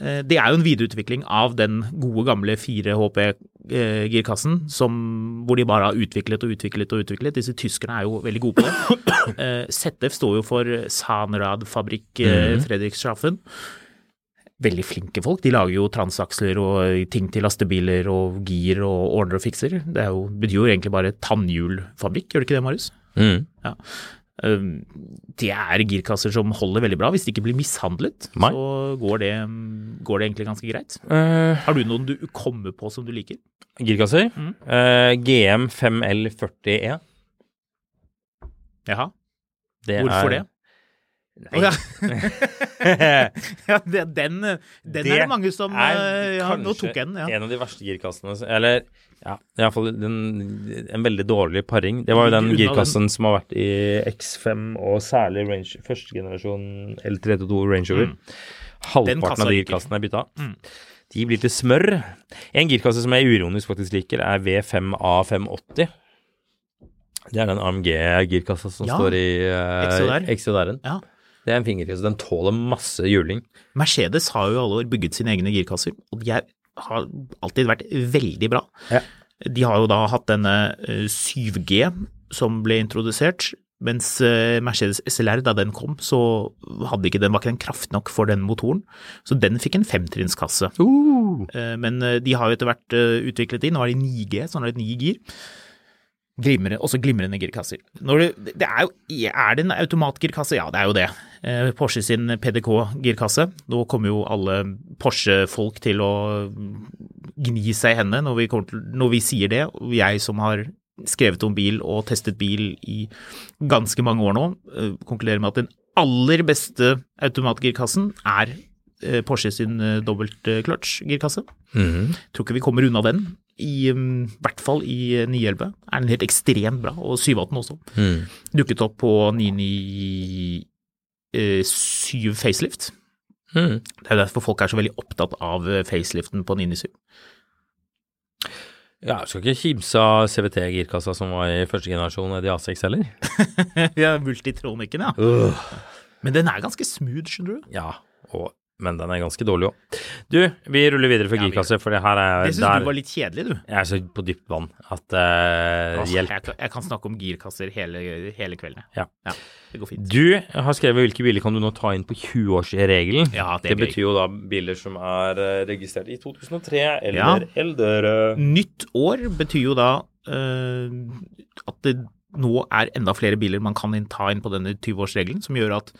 S1: Eh, Det er jo en videreutvikling av den gode, gamle 4HP-girkassen, eh, hvor de bare har utviklet og utviklet og utviklet. Disse tyskerne er jo veldig gode på det. Eh, ZF står jo for Sanrad Fabrikk
S2: Mhm.
S1: eh, Fredrikshafen. Veldig flinke folk. De lager jo transaksler og ting til lastebiler og gir og ordner og fikser. Det er jo, betyr jo egentlig bare tannhjulfabrikk, gjør det ikke det, Marius?
S2: Mm.
S1: Ja. Um, Det er girkasser som holder veldig bra. Hvis de ikke blir mishandlet,
S2: Nei.
S1: så går det, um, går det egentlig ganske greit.
S2: Eh,
S1: Har du noen du kommer på som du liker?
S2: girkasser. Eh, GM 5L40E.
S1: Jaha,
S2: Det
S1: hvorfor
S2: er-
S1: det?
S2: Nei.
S1: Å, ja. Ja, det- den den er det mange som eh, ja, Nå tok jeg den, ja.
S2: en av de verste girkassene som- Eller ja, iallfall den, en veldig dårlig paring. Det var jo den
S1: Unna den.
S2: girkassen som har vært i X5 og særlig Range, første generasjon L32 Range Rover.
S1: Mm. Den
S2: Halvparten
S1: kassa
S2: av de
S1: ryker.
S2: girkassene er bytta.
S1: Mm.
S2: De blir til smør. En girkasse som jeg uironisk faktisk liker, er V5A580. Det er den AMG-girkassa som
S1: Ja.
S2: står i
S1: XJR.
S2: uh, XJR-en.
S1: ja.
S2: Det er en fingerkasse. Den tåler masse juling.
S1: Mercedes har jo i alle år bygget sine egne girkasser, og de er, har alltid vært veldig bra.
S2: Ja.
S1: De har jo da hatt denne eh, 7G som ble introdusert, mens eh, Mercedes SLR da den kom, så hadde ikke den, var ikke den kraft nok for den motoren, så den fikk en femtrinnskasse. Eh, Men eh, de har jo etter hvert eh, utviklet de, nå er de 9G, så nå er det 9 gir. Glimre, også glimrende girkasser. Når du, det er, jo, er det en automatgirkasse? Ja, det er jo det. Eh, Porsche sin PDK-girkasse. Nå kommer jo alle Porsche-folk til å gni seg i hendene når vi, kommer til, når vi sier det. Og Jeg som har skrevet om bil og testet bil i ganske mange år nå, eh, konkluderer med at den aller beste automatgirkassen er eh, Porsche sin eh, dobbelt-clutch-girkasse. Tror ikke vi kommer unna den. I um, hvert fall i eh, 911 er den helt ekstremt bra, og 718 også.
S2: Mm.
S1: Dukket opp på 997 facelift.
S2: Mm.
S1: Det er jo derfor folk er så veldig opptatt av eh, faceliften på 997.
S2: Ja, du skal ikke kimse av CVT-girkassa som var i første generasjon eh, i A6 heller?
S1: ja, multitronikken, ja. Men den er ganske smooth, skjønner du.
S2: Ja, og, men den er ganske dårlig òg. Du, vi ruller videre for
S1: Ja, vi
S2: girkasse, for det her er
S1: Jeg syns
S2: der
S1: du var litt kjedelig, du.
S2: Jeg er så på dypt vann at eh,
S1: Åh,
S2: Hjelp.
S1: Jeg, kan- jeg kan snakke om girkasser hele, hele kvelden. jeg.
S2: Ja.
S1: ja. Det går fint.
S2: Du har skrevet hvilke biler kan du nå ta inn på 20-årsregelen.
S1: Ja, det
S2: det
S1: er gøy.
S2: betyr jo da biler som er eh, registrert i 2003
S1: Ja.
S2: eller eldre.
S1: Nytt år betyr jo da eh, at det nå er enda flere biler man kan inn- ta inn på denne 20-årsregelen, som gjør at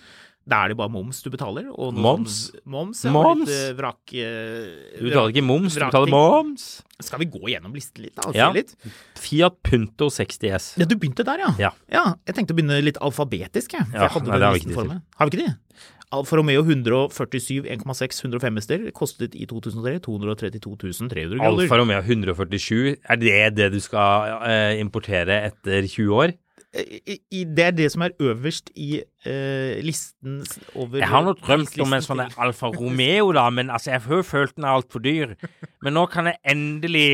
S1: da er det bare moms du betaler. Og noe
S2: Moms?
S1: Sånn, moms, ja, og
S2: Moms?
S1: Litt, eh, vrak, eh,
S2: Du betaler ikke moms, du
S1: vrakting.
S2: betaler moms.
S1: Skal vi gå gjennom listen litt? da? og se
S2: Ja.
S1: litt?
S2: Fiat Punto 60 S.
S1: ja, du begynte der, ja.
S2: Ja.
S1: Jeg tenkte å begynne litt alfabetisk, jeg. For
S2: Ja,
S1: jeg hadde
S2: nei,
S1: den
S2: det har vi
S1: listen
S2: ikke
S1: for
S2: tid til.
S1: meg. Har vi ikke det? Alfa Romeo 147 1,6 105-hester kostet i 2003 232 300 kroner.
S2: Alfa Romeo 147, er det det du skal eh, importere etter 20 år?
S1: i, i, det er det som er øverst i eh, listen s- over
S2: Jeg har nå drømt om en
S1: prislisten
S2: sånn
S1: til-
S2: Alfa Romeo, da, men altså, jeg har jo følt den er altfor dyr. Men nå kan jeg endelig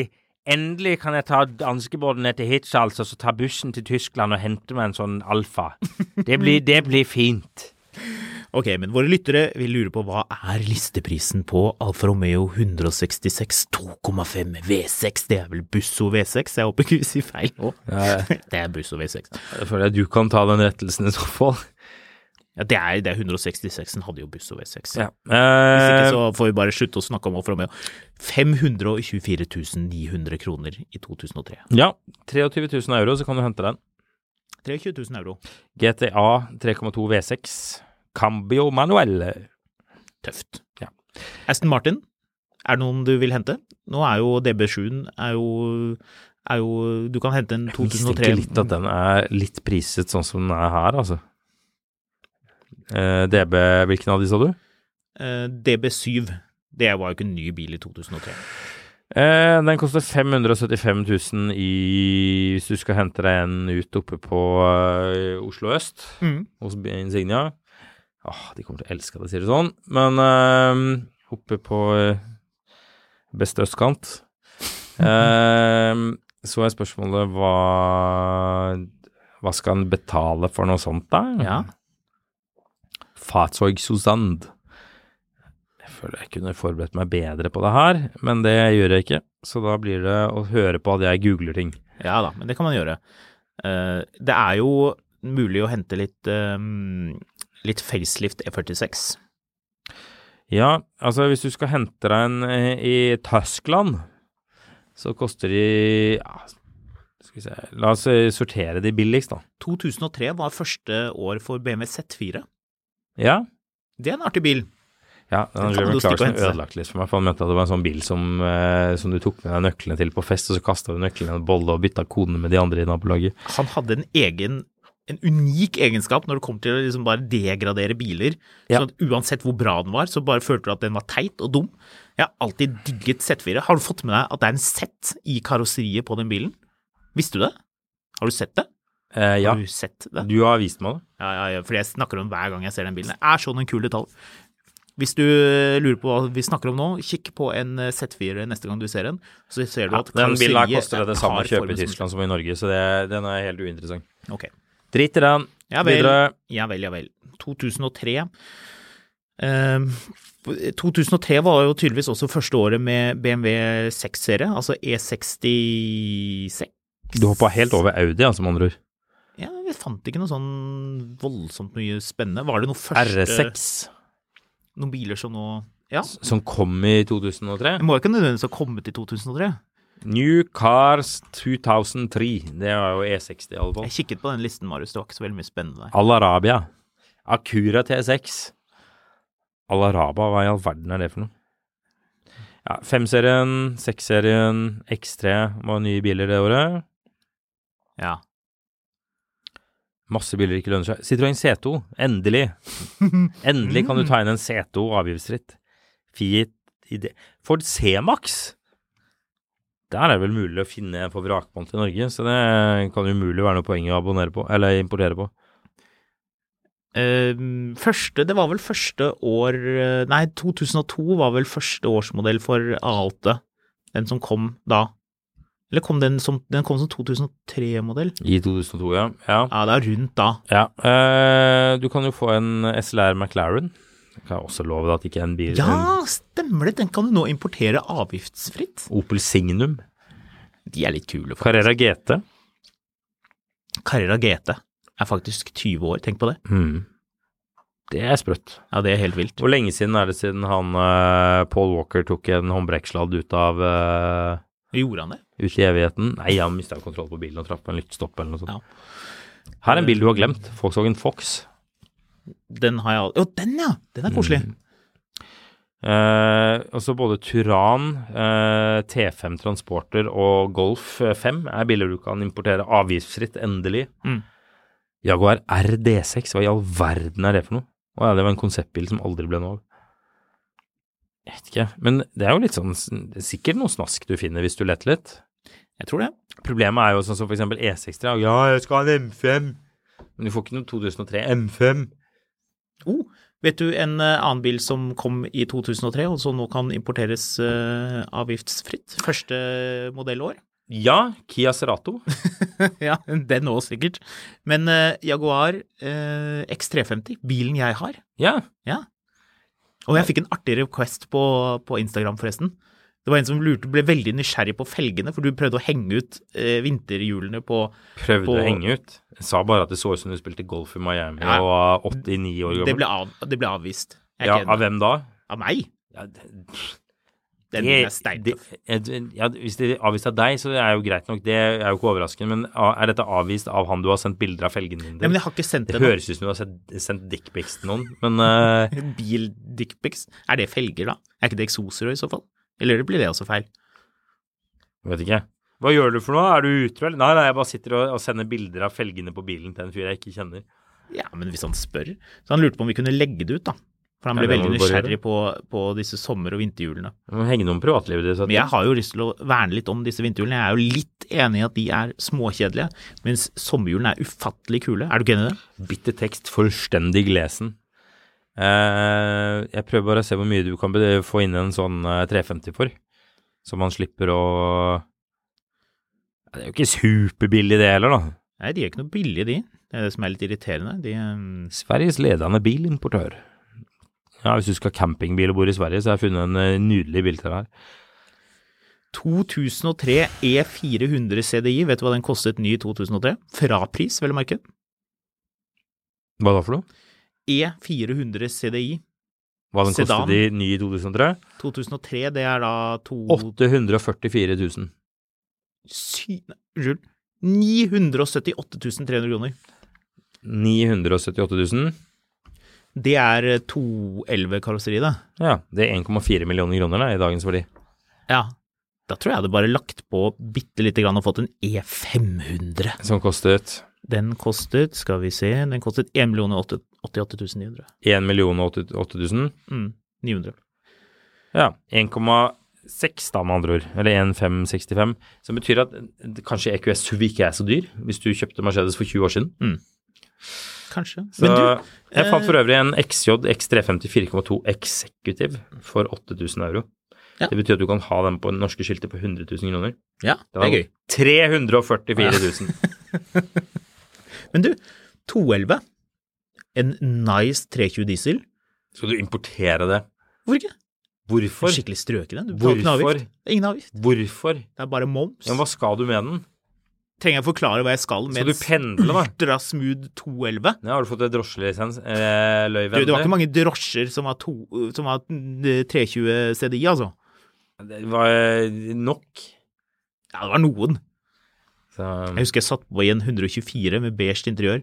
S2: Endelig kan jeg ta danskebåten ned til Hirtshals og så ta bussen til Tyskland og hente meg en sånn Alfa. Det blir, det blir fint.
S1: Ok, men våre lyttere vil lure på hva er listeprisen på Alfa Romeo 166 2,5 V6? Det er vel Busso V6? Jeg håper ikke vi sier feil nå. Det er Busso V6.
S2: Jeg føler at du kan ta den rettelsen i så fall.
S1: Ja, det er, det er 166-en hadde jo Busso V6.
S2: Ja.
S1: Hvis ikke
S2: Eh,
S1: så får vi bare slutte å snakke om Alfa Romeo. 524 900 kroner i 2003.
S2: ja. 23 000 euro, så kan du hente den.
S1: 23 000 euro.
S2: GTA 3,2 V6. Cambio manuelle.
S1: Tøft.
S2: Ja.
S1: Aston Martin, er det noen du vil hente? Nå er jo DB7-en er jo, er jo Du kan hente en 2003
S2: Mistenker litt at den er litt priset sånn som den er her, altså. Eh, DB, hvilken av de sa du?
S1: eh, DB7. Det var jo ikke en ny bil i 2003.
S2: Eh, den koster 575 000 i Hvis du skal hente deg en ut oppe på eh, Oslo øst, hos B- Insignia. Åh, de kommer til å elske at jeg sier det sånn. Men eh, oppe på eh, beste østkant eh, Så er spørsmålet hva Hva skal en betale for noe sånt, da?
S1: Ja.
S2: Fahrzeugzustand. Jeg føler jeg kunne forberedt meg bedre på det her, men det gjør jeg ikke. Så da blir det å høre på at jeg googler ting.
S1: ja da, men det kan man gjøre. Eh, det er jo mulig å hente litt eh, Litt facelift E46.
S2: Ja, altså hvis du skal hente deg en eh, i Tyskland, så koster de ja, skal vi se, La oss eh, sortere de billigst, da.
S1: 2003 var første år for BMW Z4.
S2: Ja?
S1: Det er en artig bil.
S2: Ja,
S1: Den kan
S2: den
S1: du stikke og
S2: Jeremy Clarkson
S1: hente seg.
S2: ødelagte litt for meg, for han mente at det var en sånn bil som, eh, som du tok med deg nøklene til på fest, og så kasta du nøklene i en bolle og bytta kodene med de andre i nabolaget.
S1: Han hadde en egen en unik egenskap når det kommer til å liksom bare degradere biler.
S2: Ja.
S1: Sånn at uansett hvor bra den var, så bare følte du at den var teit og dum. Jeg har alltid digget Z4. Har du fått med deg at det er en Z i karosseriet på den bilen? Visste du det? Har du sett det?
S2: Eh, ja,
S1: Har du sett det?
S2: du har vist meg det.
S1: Ja, ja, ja, fordi jeg snakker om hver gang jeg ser den bilen. Det er sånn en kul detalj. Hvis du lurer på hva vi snakker om nå, kikk på en eh, Z4 neste gang du ser en, så ser du
S2: Ja,
S1: at
S2: den bilen her koster
S1: karosseriet
S2: det det samme
S1: har
S2: å kjøpe
S1: formen
S2: i
S1: som-
S2: Tyskland som i Norge, så det, den er helt uinteressant.
S1: Ok.
S2: Drit i den.
S1: Ja vel,
S2: Videre.
S1: ja vel. Ja vel. 2003. Ehm, 2003 var jo tydeligvis også første året med BMW 6-serie, altså E66.
S2: Du hoppa helt over Audi, altså, med andre ord.
S1: Ja, jeg fant ikke noe sånn voldsomt mye spennende. Var det noe første
S2: R6,
S1: Noen biler som nå Ja.
S2: som kom i 2003.
S1: Det må jo ikke nødvendigvis ha kommet i 2003.
S2: New Cars 2003. Det var jo E60, i alle fall.
S1: Jeg kikket på den listen, Marius. Det var ikke så veldig mye spennende der.
S2: Al Arabia. Acura T6. Al Araba, hva i all verden er det for noe? Ja, 5-serien, 6-serien, X3 var nye biler det året.
S1: Ja.
S2: Masse biler ikke lønner seg. Citroën C2, endelig. Endelig kan du ta inn en C2 avgiftsfritt. Fiat Ide- Ford C-Max. Der er det vel mulig å finne en for vrakpant i Norge, så det kan jo umulig være noe poeng å abonnere på, eller importere på.
S1: Ehm, første, det var vel første år eh, Nei, 2002 var vel første årsmodell for A8. Den som kom da. Eller kom den som, den kom som 2003-modell?
S2: I 2002, ja. ja.
S1: Ja, det er rundt da.
S2: Ja, eh, du kan jo få en SLR McLaren. Jeg kan også love deg at ikke en bil en
S1: Ja, stemmer det! Den kan du nå importere avgiftsfritt.
S2: Opel Signum.
S1: De er litt kule. For.
S2: Carrera GT.
S1: Carrera GT er faktisk 20 år, tenk på det.
S2: Hmm. Det er sprøtt.
S1: Ja, det er helt vilt.
S2: Hvor lenge siden er det siden han eh, Paul Walker tok en håndbrekkssladd ut av eh,
S1: Gjorde han det?
S2: ut i evigheten? Nei, han mista kontroll på bilen og traff på en lyktstopp eller noe
S1: Ja.
S2: sånt. Her er en bil du har glemt. Volkswagen Fox.
S1: Den har jeg aldri Å, den ja! Den er koselig.
S2: Mm. Eh, også både Turan, eh, T5 Transporter og Golf 5 er biler du kan importere avgiftsfritt, endelig.
S1: Mm.
S2: Jaguar RD6, hva i all verden er det for noe? Å ja, det var en konseptbil som aldri ble noe av. Jeg vet ikke, men det er jo litt sånn, det er sikkert noe snask du finner hvis du leter litt.
S1: Jeg tror det.
S2: Problemet er jo sånn som for eksempel E63, ja, jeg skal ha en M5, men du får ikke noe 2003 M5.
S1: Oh, vet du en eh, annen bil som kom i 2003, og som nå kan importeres eh, avgiftsfritt? Første modellår?
S2: Ja, Kia Cerato.
S1: ja, den òg sikkert. Men eh, Jaguar eh, X350, bilen jeg har.
S2: Ja,
S1: Og jeg fikk en artig request på, på Instagram, forresten. Det var en som lurte, ble veldig nysgjerrig på felgene, for du prøvde å henge ut eh, vinterhjulene på
S2: Prøvde
S1: på-
S2: å henge ut. Jeg sa bare at det så ut som du spilte golf i Miami
S1: Ja.
S2: og var 89
S1: det
S2: år gammel.
S1: ble, av, det ble avvist. Jeg
S2: ja,
S1: er ikke
S2: av
S1: enig.
S2: hvem da?
S1: Av meg?
S2: Ja, det,
S1: Den bilen er altså.
S2: det-
S1: steintøff.
S2: jeg- ja, hvis det er avvist av deg, så er det jo greit nok. Det er jo ikke overraskende. Men a- er dette avvist av han du har sendt bilder av felgene dine
S1: Nei,
S2: til?
S1: men jeg har ikke sendt
S2: det
S1: den.
S2: høres ut som du har sett- sendt dickpics til noen, men eh,
S1: Bildickpics, er det felger da? Er ikke det eksoser i så fall? Eller blir det også feil?
S2: jeg vet ikke. Hva gjør du for noe? Er du utro, eller? Nei, nei, jeg bare sitter og, og sender bilder av felgene på bilen til en fyr jeg ikke kjenner.
S1: Ja, men hvis han spør. Så han lurte på om vi kunne legge det ut, da. For han ble
S2: Ja, det må
S1: veldig
S2: vi bare
S1: nysgjerrig på, på disse sommer- og vinterhjulene.
S2: Du må henge noe om privatlivet ditt. så at-
S1: Men jeg har jo lyst til å verne litt om disse vinterhjulene. Jeg er jo litt enig i at de er småkjedelige, mens sommerhjulene er ufattelig kule. Er du ikke enig i det?
S2: Bitte tekst, fullstendig lesen. Eh, jeg prøver bare å se hvor mye du kan be- få inn en sånn eh, 350 for, så man slipper å ja, Det er jo ikke superbillig det heller, da.
S1: Nei, de er ikke noe billige, de. Det er det som er litt irriterende. De, ehm,
S2: Sveriges ledende bilimportør. Ja, Hvis du skal ha campingbil og bor i Sverige, så har jeg funnet en eh, nydelig bil til deg her.
S1: 2003 E400 CDI, vet du hva den kostet ny i 2003? Frapris, vel å merke.
S2: Hva da for noe?
S1: E E400 CDI.
S2: Hva den
S1: Sedan.
S2: kostet i ny i 2003?
S1: 2003, det er da to
S2: 844 000.
S1: Sy... nei, Unnskyld. 978 300 kroner.
S2: 978 000.
S1: Det er eh, 211-karosseri, det.
S2: Ja, det er 1,4 millioner kroner da, i dagens verdi.
S1: Ja. Da tror jeg jeg hadde bare lagt på bitte lite grann og fått en E500.
S2: Som kostet
S1: E Den kostet, skal vi se, den kostet 1 88 900.
S2: 1 000?
S1: Mm, 900.
S2: Ja. 1,6 da, med andre ord. Eller 1,565. Som betyr at det- kanskje EQS SUV ikke er så dyr, hvis du kjøpte Mercedes for 20 år siden.
S1: Kanskje.
S2: Så
S1: Men du,
S2: jeg fant
S1: eh,
S2: for øvrig en XJ X350 4,2 Executive for 8000 euro.
S1: Ja.
S2: Det betyr at du kan ha den på norske skilter på 100 000 kroner.
S1: ja, det er gøy.
S2: 344 000.
S1: Men du, 211, en nice 320 diesel.
S2: Skal du importere det?
S1: Hvorfor ikke?
S2: Hvorfor?
S1: Skikkelig strøkende. Du betaler ikke noe
S2: Hvorfor?
S1: avgift. Det er ingen avgift.
S2: Hvorfor?
S1: Det er bare moms.
S2: Ja, men hva skal du med den?
S1: Trenger jeg forklare hva jeg skal med
S2: Skal du
S1: en
S2: pendle, da?
S1: ultra smooth 211?
S2: Ja, har du fått et drosjelisens? Eh,
S1: Du, det var ikke
S2: løyve?
S1: mange drosjer som var, to, som var eh, 320 CDI, altså.
S2: Det var eh, nok.
S1: Ja, det var noen.
S2: Så,
S1: Jeg husker jeg satt på i en 124 med beige interiør,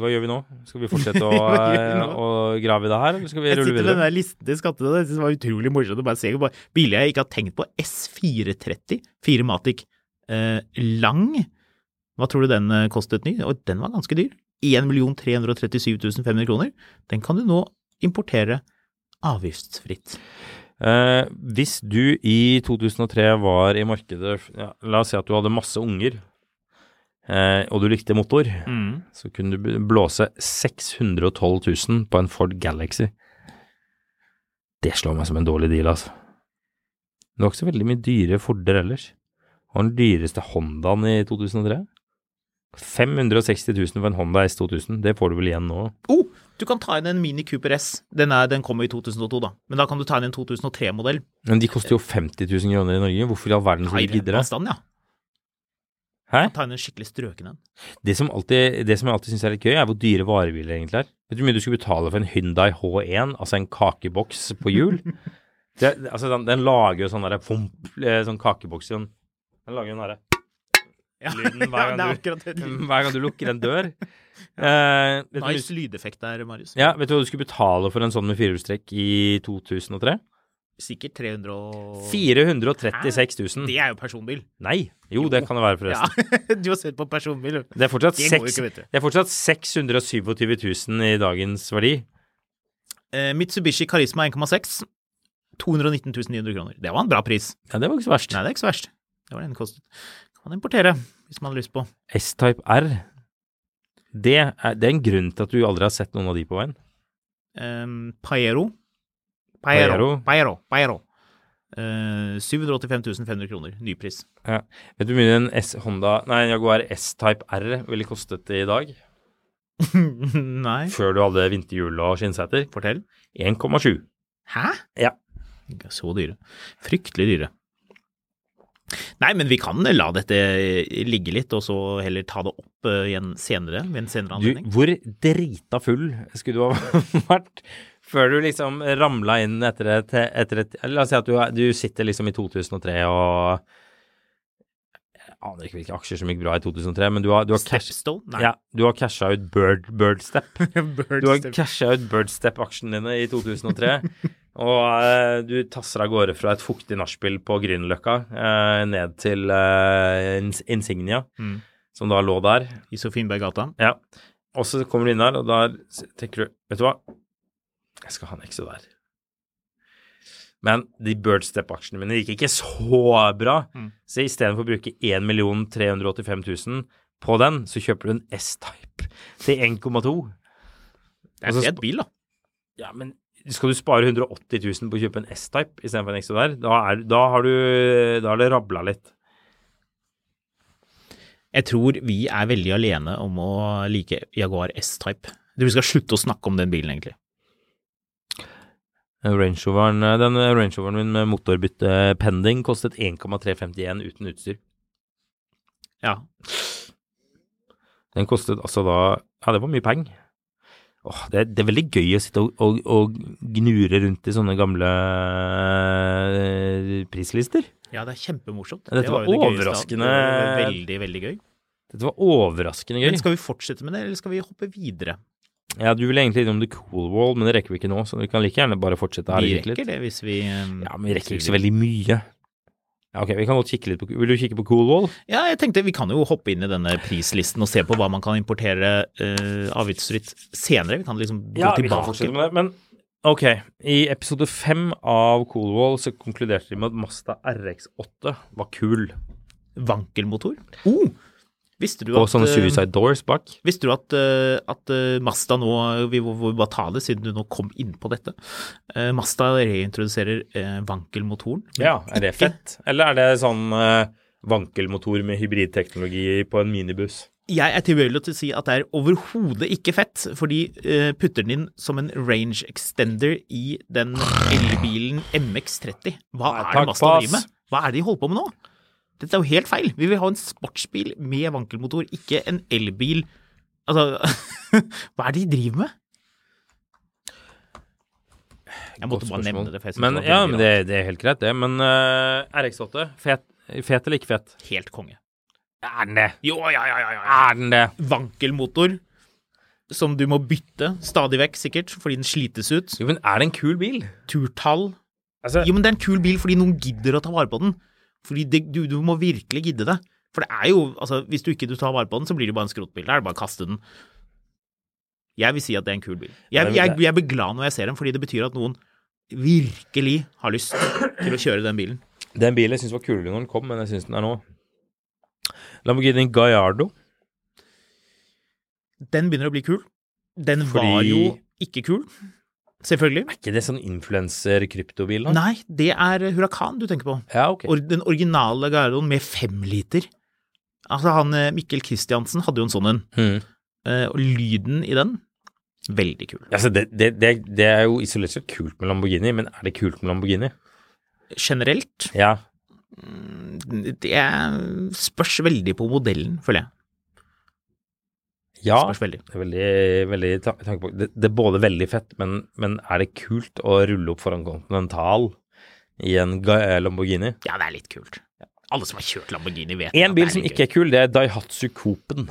S2: Hva gjør vi nå? Skal vi fortsette å,
S1: Hva gjør vi
S2: eh,
S1: nå?
S2: å grave i det her, eller skal vi
S1: Jeg
S2: rulle
S1: sitter med den
S2: videre?
S1: der listen til skattene, jeg synes det var utrolig morsomt å bare se på biler jeg ikke har tenkt på. S430 4Matic eh, lang. Hva tror du den eh, kostet ny? Og den var ganske dyr. 1 337 500 kroner. Den kan du nå importere avgiftsfritt.
S2: Eh, hvis du i 2003 var i markedet ja, La oss si at du hadde masse unger, eh, og du likte motor, så kunne du b- blåse 612 000 på en Ford Galaxy. Det slår meg som en dårlig deal, altså. Det var ikke så veldig mye dyre Forder ellers. Og den dyreste Hondaen i 2003? 560 000 for en Honda S2000, det får du vel igjen nå?
S1: Oh, du kan ta inn en Mini Cooper S. Den, er, den kom i 2002, da. Men da kan du ta inn en 2003-modell.
S2: Men de koster jo 50 000 kroner i Norge, hvorfor i all verden skulle de gidde det?
S1: stand, ja.
S2: Hæ?
S1: Ta inn en skikkelig strøken en.
S2: Det som, alltid, det som jeg alltid syns er litt gøy, er hvor dyre varebiler egentlig er. Vet du hvor mye du skulle betale for en Hyundai H1, altså en kakeboks på hjul? det, altså, den, den lager jo sånn derre pomp, eh, sånn kakeboks sånn. Den lager jo den derre
S1: Ja,
S2: lyden hver
S1: det er
S2: gang,
S1: akkurat
S2: du,
S1: det.
S2: hver gang du lukker en dør. Eh, vet, du, hvor
S1: Nice
S2: mye-
S1: lydeffekt der, Marius.
S2: ja, vet du hva du skulle betale for en sånn med firehjulstrekk i 2003?
S1: Sikkert 300 og
S2: 436 000.
S1: Det er jo personbil.
S2: Nei. Jo, det kan det være,
S1: Ja,
S2: forresten.
S1: du har sett på personbil. du.
S2: Det er fortsatt,
S1: Det går jo
S2: seks-
S1: ikke, vet du.
S2: det er fortsatt 627 000 i dagens verdi.
S1: Eh, Mitsubishi Karisma 1,6. 219 900 kroner. Det var en bra pris.
S2: Ja, det var ikke så verst.
S1: Nei, det er ikke så verst. Det var det den kostet. Kan man importere hvis man har lyst på.
S2: S-Type R, det er, det er en grunn til at du aldri har sett noen av de på veien.
S1: Um, Paero. Paero.
S2: Paero.
S1: Paero. Paero. Eh, 785 500 kroner. Nypris.
S2: Ja. Vet du hvor mye en S Honda, nei, en Jaguar S-Type R ville kostet i dag?
S1: Nei,
S2: Før du hadde vinterhjul og skinnseter?
S1: fortell.
S2: 1,7.
S1: Hæ?
S2: Ja.
S1: Ikke Så dyre. Fryktelig dyre. Nei, men vi kan la dette eh, ligge litt, og så heller ta det opp eh, igjen senere, ved en senere
S2: Du,
S1: anledning.
S2: hvor drita full skulle du ha vært før du liksom ramla inn etter et, etter et eller La oss si at du, er- du sitter liksom i 2003 og Jeg aner ikke hvilke aksjer som gikk bra i 2003, men du har, du har, cash,
S1: Stepstone? Nei.
S2: ja, du har casha ut Bird, Birdstep.
S1: Birds
S2: Du har
S1: Step-
S2: casha ut Birdstep-aksjene dine i 2003. Og eh, du tasser av gårde fra et fuktig nachspiel på Grünerløkka eh, ned til eh, Ins- Insignia,
S1: Mm.
S2: som da lå der.
S1: I Sofienberggata.
S2: Ja. Og så kommer du inn der, og da s- tenker du Vet du hva? Jeg skal ha en exo der. Men de birdstep-aksjene mine gikk ikke så bra.
S1: Mm.
S2: Så istedenfor å bruke 1 385 000 på den, så kjøper du en S-type til 1,2.
S1: Det er en
S2: Altså,
S1: fet bil, da.
S2: Ja, men skal du spare 180 000 på å kjøpe en S-type istedenfor en exo der, da, er, da har du Da har det rabla litt.
S1: Jeg tror vi er veldig alene om å like Jaguar S-type. Jeg tror vi skal slutte å snakke om den bilen, egentlig.
S2: Eh, Range Roveren, den eh, Range Roveren min med motorbytte pending kostet 1,351 uten utstyr.
S1: Ja.
S2: Den kostet altså da Ja, det var mye penger. Åh, det, er- det er veldig gøy å sitte og, og, og gnure rundt i sånne gamle eh, prislister.
S1: ja, det er kjempemorsomt.
S2: Dette
S1: Det
S2: var
S1: jo det gøyeste av-
S2: overraskende-
S1: det var Veldig, veldig gøy.
S2: Dette var overraskende
S1: Men
S2: gøy.
S1: skal vi fortsette med det, eller skal vi hoppe videre?
S2: Ja, Du ville egentlig innom The Cool Wall, men det rekker vi ikke nå, så vi kan like gjerne bare fortsette her.
S1: Vi
S2: og kikke
S1: rekker
S2: litt.
S1: det hvis vi um,
S2: Ja, men Mm. vi rekker
S1: hvis
S2: ikke så veldig mye. Ja, ok, vi kan godt kikke litt på Vil du kikke på Cool Wall?
S1: Ja, jeg tenkte vi kan jo hoppe inn i denne prislisten og se på hva man kan importere eh, avgiftsfritt senere. Vi kan liksom gå tilbake.
S2: med det, men Ok, i episode fem av Cool Wall så konkluderte de med at Mazda RX8 var kul.
S1: Vankelmotor. Oh, visste du
S2: Og
S1: at,
S2: sånne
S1: eh,
S2: suicide doors bak.
S1: Visste du at, eh, at eh, Mazda nå Vi må må bare ta det, siden du nå kom inn på dette. Eh, Mazda reintroduserer eh, vankelmotoren. men
S2: Ja, er det
S1: ikke-
S2: fett? Eller er det sånn eh, vankelmotor med hybridteknologi på en minibuss?
S1: Jeg er tilbøyelig til å si at det er overhodet ikke fett, for de eh, putter den inn som en range extender i den elbilen MX30. Hva
S2: Nei,
S1: er
S2: takk,
S1: det Mazda
S2: pass.
S1: driver med? Hva er det de holder på med nå? Dette er jo helt feil. Vi vil ha en sportsbil med vankelmotor, ikke en elbil. Altså, hva er det de driver med? Jeg måtte bare nevne det, for jeg synes
S2: men,
S1: det var
S2: Ja,
S1: veldig
S2: men det, det er helt greit, det. Men eh, RX8, fet, fet eller ikke fet?
S1: Helt konge.
S2: Er den det?
S1: Jo, ja, ja, ja, ja. ja.
S2: Er den det?
S1: Vankelmotor som du må bytte stadig vekk, sikkert, fordi den slites ut.
S2: Jo, men er det en kul bil?
S1: Turtall.
S2: Altså,
S1: Jo, men det er en kul bil fordi noen gidder å ta vare på den. Fordi det, du, du må virkelig gidde det. For det er jo Altså, hvis du ikke du tar vare på den, så blir det bare en skrotbil. Da er det bare å kaste den. Jeg vil si at det er en kul bil. Jeg, jeg, jeg blir glad når jeg ser den, fordi det betyr at noen virkelig har lyst til å kjøre den bilen.
S2: den bilen jeg syns var kulere når den kom, men jeg syns den er nå. Lamborghini Gallardo.
S1: Den begynner å bli kul. Den var
S2: Fordi-
S1: jo ikke kul, selvfølgelig.
S2: Er ikke det sånn influenser-kryptobil, da?
S1: Nei, det er Huracan du tenker på.
S2: Ja, ok.
S1: Or, den originale Gardoen med femliter. Altså, han eh, Mikkel Kristiansen hadde jo en sånn en.
S2: Mhm.
S1: Eh, Og lyden i den, veldig kul.
S2: Altså, det, det, det, det er jo isolert sett kult med Lamborghini, men er det kult med Lamborghini?
S1: Generelt,
S2: Ja.
S1: det er- spørs veldig på modellen, føler jeg.
S2: Ja.
S1: Spørs veldig.
S2: Det er veldig, veldig ta- tanke på. Det, det er både veldig fett, men, men er det kult å rulle opp foran Continental i en Ga- eh, Lamborghini?
S1: Ja, det er litt kult. Alle som har kjørt Lamborghini, vet
S2: En
S1: at
S2: bil
S1: det
S2: som
S1: litt
S2: ikke
S1: gøy.
S2: er kul, det er Daihatsu Coopen,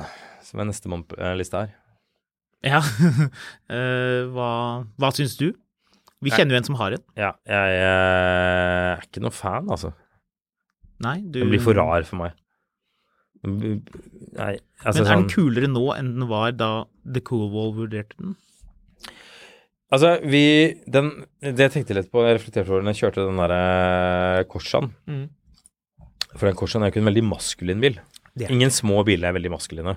S2: som er neste mann på eh, lista her.
S1: Ja. Eh, hva hva syns du? Vi kjenner jo en som har en.
S2: Ja, jeg eh, er ikke noe fan, altså.
S1: Nei, du
S2: Den blir for rar for meg. Den blir- Nei,
S1: Men
S2: altså
S1: er den
S2: sånn-
S1: kulere nå enn den var da The Cool Wall vurderte den?
S2: Altså, vi den, Det jeg tenkte litt på, jeg reflekterte over når jeg kjørte den eh, derre Korsaen.
S1: Mm.
S2: For den Korsaen er jo ikke en veldig maskulin bil.
S1: Det er
S2: Ingen små biler er veldig maskuline.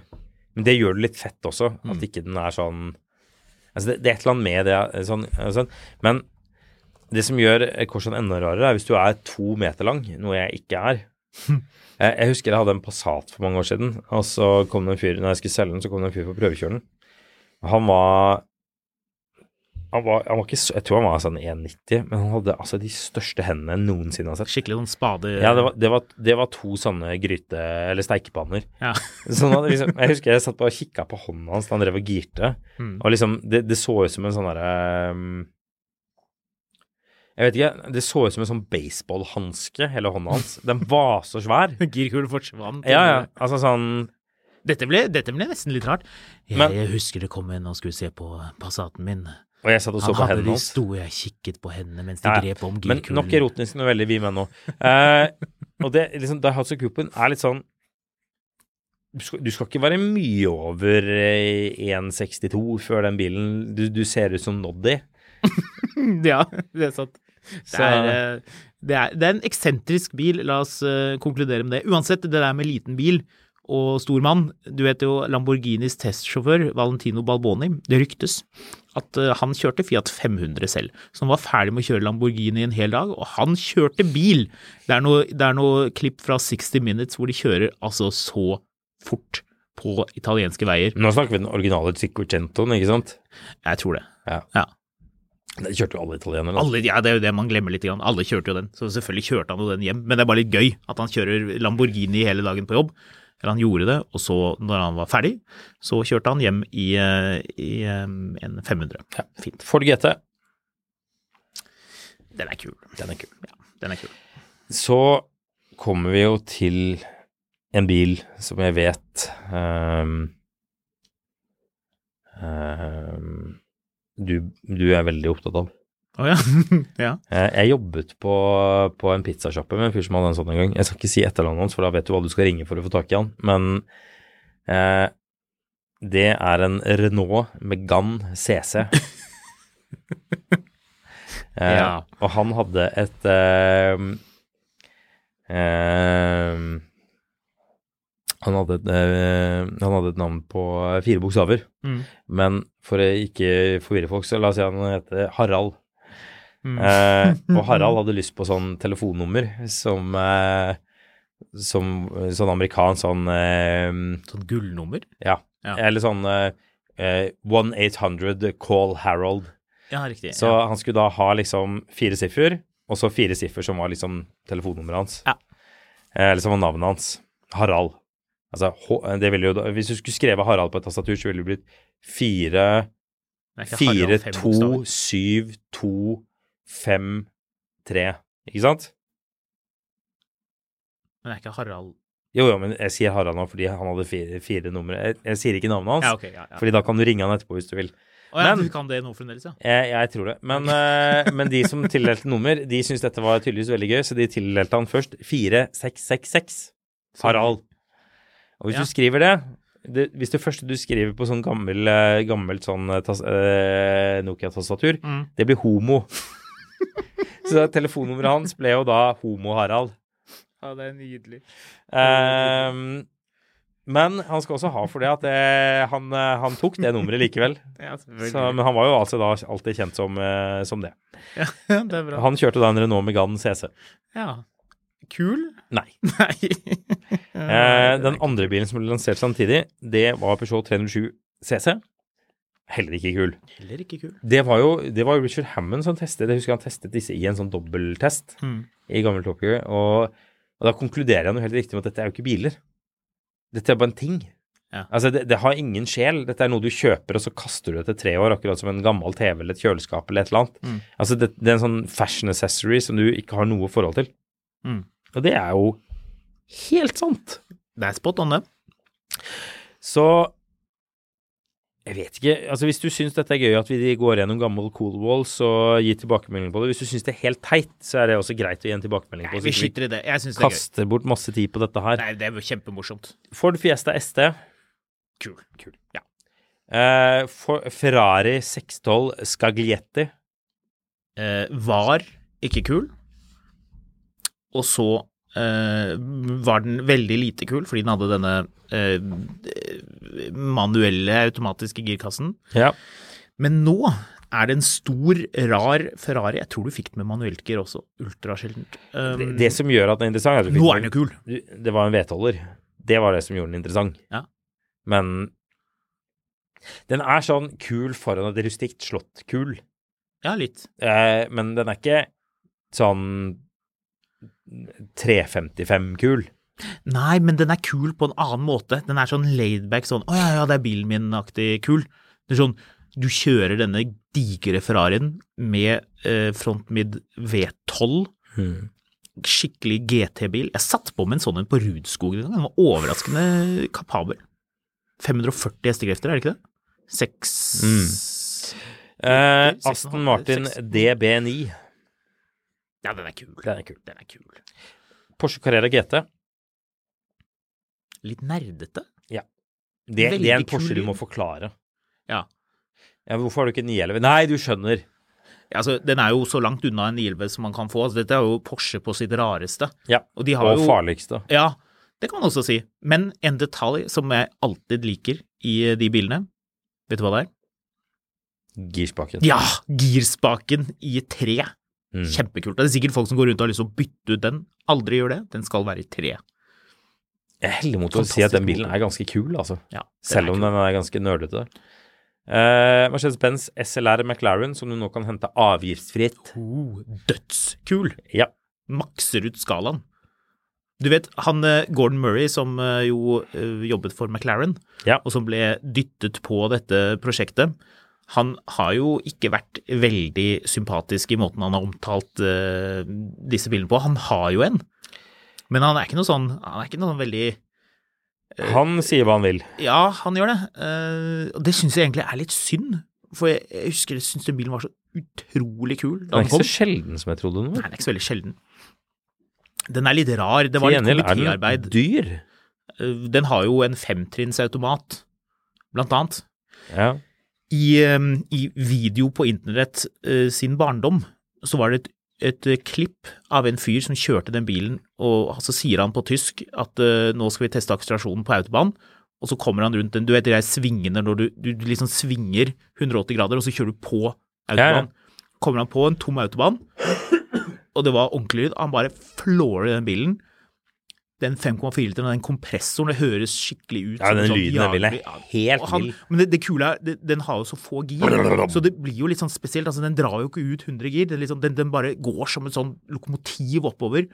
S2: Men det gjør det litt fett også,
S1: Mm.
S2: at ikke den er sånn Altså, det, det er et eller annet med det eh, sånn, eh, sånn. Men det som gjør eh, Korsaen enda rarere, er hvis du er to meter lang, noe jeg ikke er. Eh, Jeg husker jeg hadde en Passat for mange år siden, og så kom det en fyr Når jeg skulle selge den, så kom det en fyr på prøvekjøren. Han var han var, han var ikke så, Jeg tror han var sånn 1,90, men han hadde altså de største hendene jeg noensinne har sett.
S1: Skikkelig sånn spade...
S2: Ja, det var, det var, det var to sånne gryte- eller steikepanner.
S1: Ja.
S2: Så han hadde liksom, jeg husker jeg satt bare og kikka på hånda hans da han drev og girte.
S1: Mm.
S2: Og liksom, det, det så ut som en sånn derre um, Jeg vet ikke, det så ut som en sånn baseballhanske, hele hånda hans. Den var så svær.
S1: Girkul forsvant.
S2: Ja, ja. Altså sånn
S1: Dette ble, dette ble nesten litt rart. Jeg,
S2: Men-
S1: husker det kom en og skulle se på Passaten min.
S2: Og jeg satt og så
S1: Han
S2: på
S1: hadde
S2: hendene
S1: de
S2: hans.
S1: store jeg kikket på hendene mens de
S2: Ja, ja.
S1: grep om
S2: Men
S1: gyrkulen.
S2: nok erotiske noveller vi med nå. Eh, og det liksom, Daihatsu Coupon er litt sånn du skal, du skal ikke være mye over eh, 1,62 før den bilen Du, du ser ut som Noddy.
S1: Ja, det er sant. Det
S2: Så-
S1: er, eh, det, er, det er en eksentrisk bil, la oss eh, konkludere med det. Uansett, det der med liten bil og stor mann Du vet jo Lamborghinis testsjåfør Valentino Balboni. Det ryktes at eh, han kjørte Fiat 500 selv, så han var ferdig med å kjøre Lamborghini en hel dag, og han kjørte bil! Det er noe, det er noe klipp fra 60 Minutes hvor de kjører altså så fort på italienske veier.
S2: Nå snakker vi den originale Cinquecentoen, ikke sant?
S1: Jeg tror det.
S2: Ja.
S1: Ja.
S2: Det kjørte jo alle italienere. da.
S1: Alle, ja, det er jo det man glemmer litt. Grann. Alle kjørte jo den, så selvfølgelig kjørte han jo den hjem. Men det er bare litt gøy at han kjører Lamborghini hele dagen på jobb. Eller han gjorde det, og så, når han var ferdig, så kjørte han hjem i, eh, i eh, en 500. Fint.
S2: Ford GT.
S1: Den er kul. Den er kul. Ja, den er kul.
S2: Så kommer vi jo til en bil som jeg vet ehm, ehm, du, du er veldig opptatt av.
S1: Å ja. ja.
S2: Eh, Jeg jobbet på, på en pizzasjappe med en fyr som hadde en sånn en gang. Jeg skal ikke si etternavnet hans, for da vet du hva du skal ringe for å få tak i han. Men eh, det er en Renault Megane CC. eh,
S1: Ja.
S2: Og han hadde et eh, eh, han hadde, et, eh, han hadde et navn på fire bokstaver,
S1: Mm.
S2: men for å ikke forvirre folk, så la oss si han heter Harald. Eh, og Harald hadde lyst på sånn telefonnummer som, eh, som eh, sånn amerikansk sånn eh,
S1: Sånn gullnummer.
S2: ja,
S1: Ja.
S2: eller sånn eh, eh, 1-800 call Harold.
S1: Ja, riktig.
S2: Så han skulle da ha liksom fire siffer, og så fire siffer som var liksom telefonnummeret hans.
S1: Ja.
S2: Eh, Eller som var navnet hans. Harald. Altså, H- det ville jo da, hvis du skulle skrevet Harald på et tastatur, så ville det blitt fire,
S1: Det er ikke
S2: fire,
S1: Harald, fem
S2: to,
S1: bokstaver.
S2: syv, to, fem, tre. Ikke sant?
S1: Men det er ikke Harald
S2: Jo, jo, men jeg sier Harald nå fordi han hadde fire, fire numre. Jeg, jeg sier ikke navnet hans,
S1: Ja, ok. Ja, ja.
S2: fordi da kan du ringe han etterpå hvis du vil.
S1: Å ja,
S2: Men-
S1: du kan det nå fremdeles, ja.
S2: Jeg, jeg tror det. Men, eh, men de som tildelte nummer, de syntes dette var tydeligvis veldig gøy, så de tildelte han først 4666. Harald. Og hvis
S1: Ja.
S2: du skriver det, det Hvis det første du skriver på sånn gammel, eh, gammelt sånn eh, tas- eh, Nokia-tastatur, det blir homo. så da, telefonnummeret hans ble jo da Homo-Harald.
S1: Ja, det er nydelig.
S2: Ehm, men han skal også ha for det at eh, han, eh, han tok det nummeret likevel.
S1: Ja,
S2: Så, men han var jo altså da alltid kjent som, eh, som det.
S1: det er bra.
S2: Han kjørte da en Renault Megane CC.
S1: Ja. Kul?
S2: Nei.
S1: Nei.
S2: Eh, den andre bilen som ble lansert samtidig, det var Peugeot 307 CC. Heller ikke kul.
S1: Heller ikke kul.
S2: Det var jo, det var jo Richard Hammond som testet Jeg husker han testet disse i en sånn dobbelttest
S1: Hmm.
S2: i gammel Top Gear. Og, og da konkluderer han jo helt riktig med at dette er jo ikke biler. Dette er bare en ting.
S1: Ja.
S2: Altså, det, det har ingen sjel. Dette er noe du kjøper, og så kaster du det etter tre år, akkurat som en gammel TV eller et kjøleskap eller et eller annet.
S1: Mm.
S2: Altså, det, det er en sånn fashion accessory som du ikke har noe forhold til.
S1: Mm.
S2: Og det er jo helt sant.
S1: Det er spot on, det.
S2: Så jeg vet ikke. altså Hvis du syns dette er gøy at vi går gjennom gammel cool walls og gir tilbakemelding på det Hvis du syns det er helt teit, så er det også greit å gi en tilbakemelding på
S1: Nei,
S2: det.
S1: vi
S2: så ikke
S1: skyter i det. Jeg syns
S2: vi
S1: det er gøy.
S2: kaster bort masse tid på dette her.
S1: Nei, det er jo kjempemorsomt.
S2: Ford Fiesta ST.
S1: Kul. Kul. Ja.
S2: Eh, for, Ferrari 612 Scaglietti.
S1: Eh, var ikke kul, og så eh, var den veldig lite kul fordi den hadde denne eh, manuelle, automatiske girkassen.
S2: Ja.
S1: Men nå er det en stor, rar Ferrari. Jeg tror du fikk den med manuelt gir også, ultrasjeldent. Um,
S2: Det, det som gjør at den er interessant er at du
S1: nå
S2: fikk
S1: er den jo kul.
S2: Du- Det var en V12-er. Det var det som gjorde den interessant.
S1: Ja.
S2: Men den er sånn kul foran et rustikt slott-kul.
S1: Ja, litt.
S2: Eh, men den er ikke sånn 355-kul.
S1: Nei, men den er kul på en annen måte. Den er sånn laidback, sånn 'Å ja, ja, det er bilen min'-aktig kul. Det er sånn du kjører denne digre Ferrarien med eh, frontmid V12.
S2: Mm.
S1: Skikkelig GT-bil. Jeg satt på med en sånn en på Rudskog en gang. Den var overraskende kapabel. 540 hestekrefter, er det ikke det? Seks
S2: Eh,
S1: Seks og en
S2: Aston
S1: halv-
S2: Martin
S1: seks-
S2: DB9.
S1: Ja, den er kul.
S2: Den er kul.
S1: Den er kul.
S2: Porsche Carrera GT.
S1: Litt nerdete.
S2: Det, det er en
S1: Veldig kul
S2: Porsche du
S1: lyd.
S2: må forklare.
S1: Ja.
S2: Ja, hvorfor har du ikke 911? Nei, du skjønner.
S1: Ja, Altså, den er jo så langt unna en 911 som man kan få. Altså, dette er jo Porsche på sitt rareste.
S2: Ja,
S1: Og de har jo-
S2: farligste.
S1: Ja, det kan man også si. Men en detalj som jeg alltid liker i eh, de bilene, vet du hva det er?
S2: Girspaken.
S1: Ja, girspaken i tre.
S2: Mm.
S1: Kjempekult. Det er sikkert folk som går rundt og har lyst til å bytte ut den. Aldri gjør det. Den skal være i tre.
S2: Jeg heller mot å si at
S1: Fantastisk
S2: den bilen
S1: motor.
S2: er ganske kul, altså.
S1: Ja, den
S2: Selv
S1: er
S2: om
S1: kul.
S2: den er ganske nerdete. Eh, Mercedes-Benz SLR McLaren, som du nå kan hente avgiftsfritt.
S1: Oh, dødskul.
S2: Ja.
S1: Makser ut skalaen. Du vet, han eh, Gordon Murray som eh, jo eh, jobbet for McLaren,
S2: Ja.
S1: og som ble dyttet på dette prosjektet, han har jo ikke vært veldig sympatisk i måten han har omtalt eh, disse bilene på. Han har jo en, men han er ikke noe sånn Han er ikke noe sånn veldig
S2: Han sier hva han vil.
S1: Ja, Eh, han gjør det. Eh, Og det syns jeg egentlig er litt synd, for jeg, jeg husker jeg syns den bilen var så utrolig kul
S2: Den
S1: da
S2: er
S1: den
S2: ikke
S1: kom.
S2: så sjelden som jeg trodde den
S1: Nei,
S2: var.
S1: den er ikke så veldig sjelden. Den er litt rar. Det var
S2: Til
S1: litt
S2: gjengjeld er
S1: komitéarbeid.
S2: den dyr.
S1: Eh, Den har jo en femtrinnsautomat, blant annet.
S2: Ja.
S1: I, eh, I video på internett eh, sin barndom så var det et, et eh, klipp av en fyr som kjørte den bilen, og så sier han på tysk at eh, nå skal vi teste akselerasjonen på autobahn, og så kommer han rundt den, du vet de der svingene når du, du, du liksom svinger 180 grader, og så kjører du på autobahn. Kommer han på en tom autobahn, og det var ordentlig lyd, han bare flårer den bilen. Den 5,4 literen, den kompressoren, det høres skikkelig ut.
S2: Ja,
S1: som
S2: den
S1: en
S2: lyden er vill,
S1: jævlig-
S2: helt
S1: Og han-
S2: vill.
S1: men det, det kule er, det, den har jo så få gir, så det blir jo litt sånn spesielt. Altså, den drar jo ikke ut 100 gir, det er litt sånn- den, den bare går som et sånn lokomotiv oppover.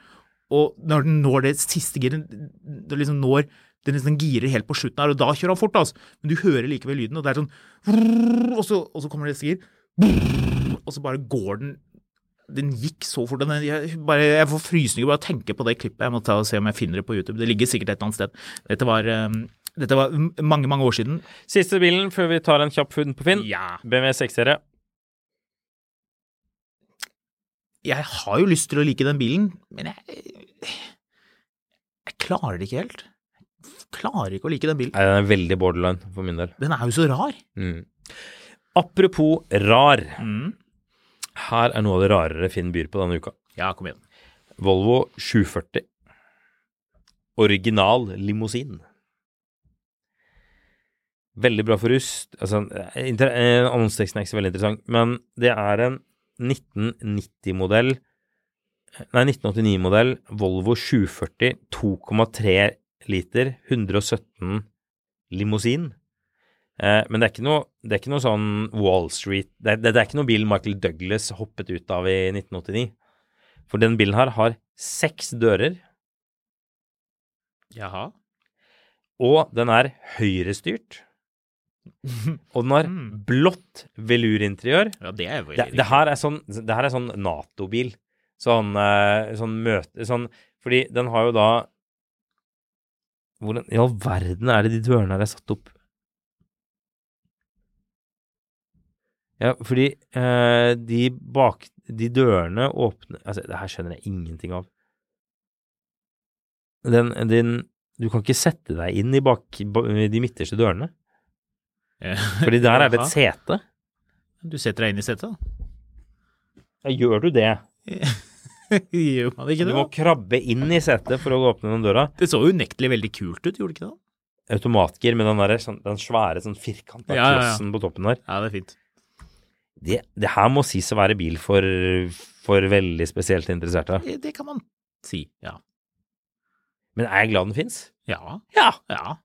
S1: Og når den når det siste giret, det liksom når den liksom girer helt på slutten her, og da kjører han fort, altså. Men du hører likevel lyden, og det er sånn og så, og så kommer det neste gir, og så bare går den den gikk så fort. Den, jeg, bare, jeg får frysninger bare av å tenke på det klippet. Jeg må ta og se om jeg finner det på YouTube. Det ligger sikkert et eller annet sted. Dette var, eh, dette var m- mange, mange år siden.
S2: Siste bilen før vi tar en kjapp hund på Finn.
S1: Ja.
S2: BMW 6-serie.
S1: Jeg har jo lyst til å like den bilen, men jeg, jeg klarer det ikke helt. Jeg klarer ikke å like den bilen.
S2: Nei, den er veldig borderline for min del.
S1: Den er jo så rar.
S2: Mm. Apropos rar.
S1: Mm.
S2: Her er noe av det rarere Finn byr på denne uka.
S1: Ja, kom igjen.
S2: Volvo 740. Original limousin. Veldig bra for rust. Altså, eh, inter- eh, Annonseteksten er ikke så veldig interessant, men det er en 1990-modell eh, Nei, 1989-modell Volvo 740 2,3 liter 117 limousin. Eh, men det er, ikke noe, det er ikke noe sånn Wall Street det er, det er ikke noe bil Michael Douglas hoppet ut av i 1989. For den bilen her har seks dører,
S1: Jaha.
S2: og den er høyrestyrt. Og den har
S1: Mm.
S2: blått velurinteriør.
S1: Ja, det er jo
S2: Det, det her er sånn, det her er sånn Nato-bil. Sånn, eh, sånn møte sånn, Fordi den har jo da Hvordan i all verden er det de dørene her er satt opp? Ja, fordi eh, de bak De dørene åpner Altså, det her skjønner jeg ingenting av. Den, den Du kan ikke sette deg inn i bak, ba- de midterste dørene. Fordi der er det et sete.
S1: Du setter deg inn i setet, da.
S2: Ja, gjør du det?
S1: Gjør man ikke
S2: Du
S1: det?
S2: må
S1: da?
S2: krabbe inn i setet for å åpne den døra.
S1: Det så unektelig veldig kult ut, gjorde det ikke det?
S2: Automatgir med den, der, sånn, den svære sånn firkanta
S1: Ja, ja, ja.
S2: klossen på toppen der.
S1: Ja, det er fint.
S2: Det, det her må sies å være bil for, for veldig spesielt interesserte.
S1: Det, det kan man si, ja.
S2: Men er jeg glad den fins?
S1: Ja,
S2: Ja.
S1: ja.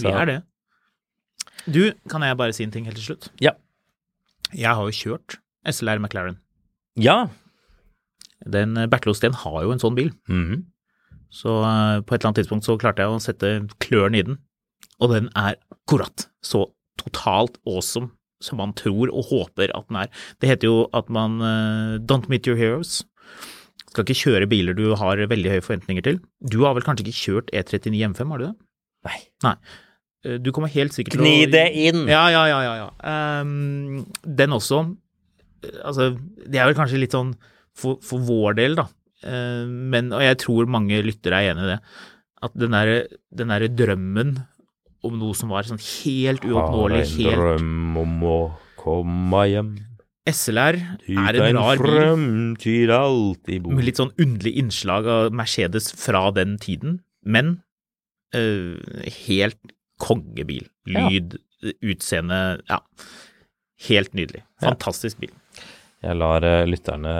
S1: Vi
S2: Så-
S1: er det. Du, kan jeg bare si en ting helt til slutt?
S2: Ja.
S1: Jeg har jo kjørt SLR McLaren.
S2: Ja.
S1: Den eh, Bertelsen har jo en sånn bil,
S2: Mhm.
S1: så eh, på et eller annet tidspunkt så klarte jeg å sette klørne i den, og den er akkurat så totalt awesome som man tror og håper at den er. Det heter jo at man eh, don't meet your heroes. Skal ikke kjøre biler du har veldig høye forventninger til. Du har vel kanskje ikke kjørt E39 M5, har du det?
S2: Nei.
S1: Nei. eh, Du kommer helt sikkert
S2: Gni det inn!
S1: Ja, ja, ja. ja, ja. Ehm, den også. eh, Altså, det er vel kanskje litt sånn for, for vår del, da. Ehm, men, og jeg tror mange lyttere er enig i det, at den derre den derre drømmen om noe som var sånn helt uoppnåelig, helt
S2: drøm om å komme hjem.
S1: SLR er en rar bil
S2: fremtid alltid
S1: med litt sånn underlig innslag av Mercedes fra den tiden, men eh, helt kongebil. Lyd, utseende Ja. Helt nydelig. Fantastisk bil.
S2: Jeg lar eh, lytterne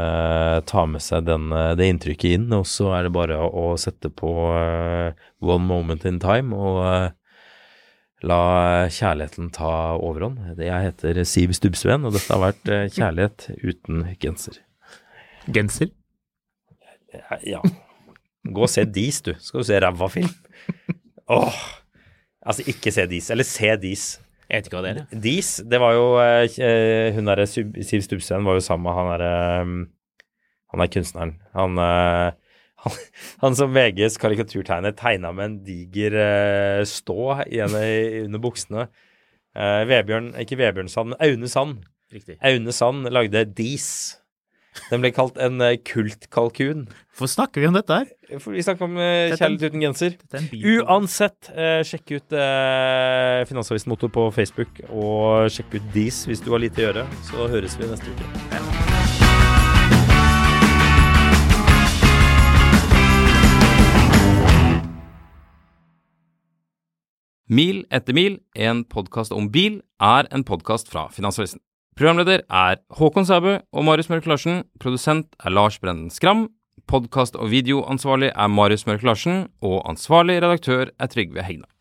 S2: ta med seg den, eh, det inntrykket inn, og så er det bare å sette på eh, One Moment in Time og eh, la kjærligheten ta overhånd. Det- Jeg heter Siv Stubbsveen, og dette har vært eh, Kjærlighet uten genser.
S1: Genser?
S2: Ja. Gå og se Dis, du. Skal du se ræva film? Åh. Altså, ikke se Dis. Eller se Dis.
S1: Jeg vet ikke hva det er. jeg.
S2: Dis, det var jo eh, eh, Hun derre Sub- Siv Stubbsveen var jo sammen med han derre um, Han er kunstneren. Han, eh, han, han som VGs karikaturtegner tegna med en diger eh, stå i en, i- under buksene. Eh, Vebjørn, ikke Vebjørn Sand, men Aune Sand.
S1: Riktig.
S2: Aune Sand lagde Dis. Den ble kalt en eh, kultkalkun.
S1: Hvorfor snakker vi om dette her?
S2: For vi snakker om eh,
S1: Dette er en-
S2: kjærlighet uten genser.
S1: Dette er en bil-
S2: Uansett, eh, sjekk ut eh, Finansavisen Motor på Facebook, og sjekk ut Dis hvis du har lite å gjøre. Så høres vi neste uke.
S3: Mil etter mil, en podkast om bil, er en podkast fra Finansavisen. Programleder er Håkon Sæbø og Marius Mørk Larsen. Produsent er Lars Brenden Skram. Podkast- og videoansvarlig er Marius Mørk Larsen. Og ansvarlig redaktør er Trygve Hegnar.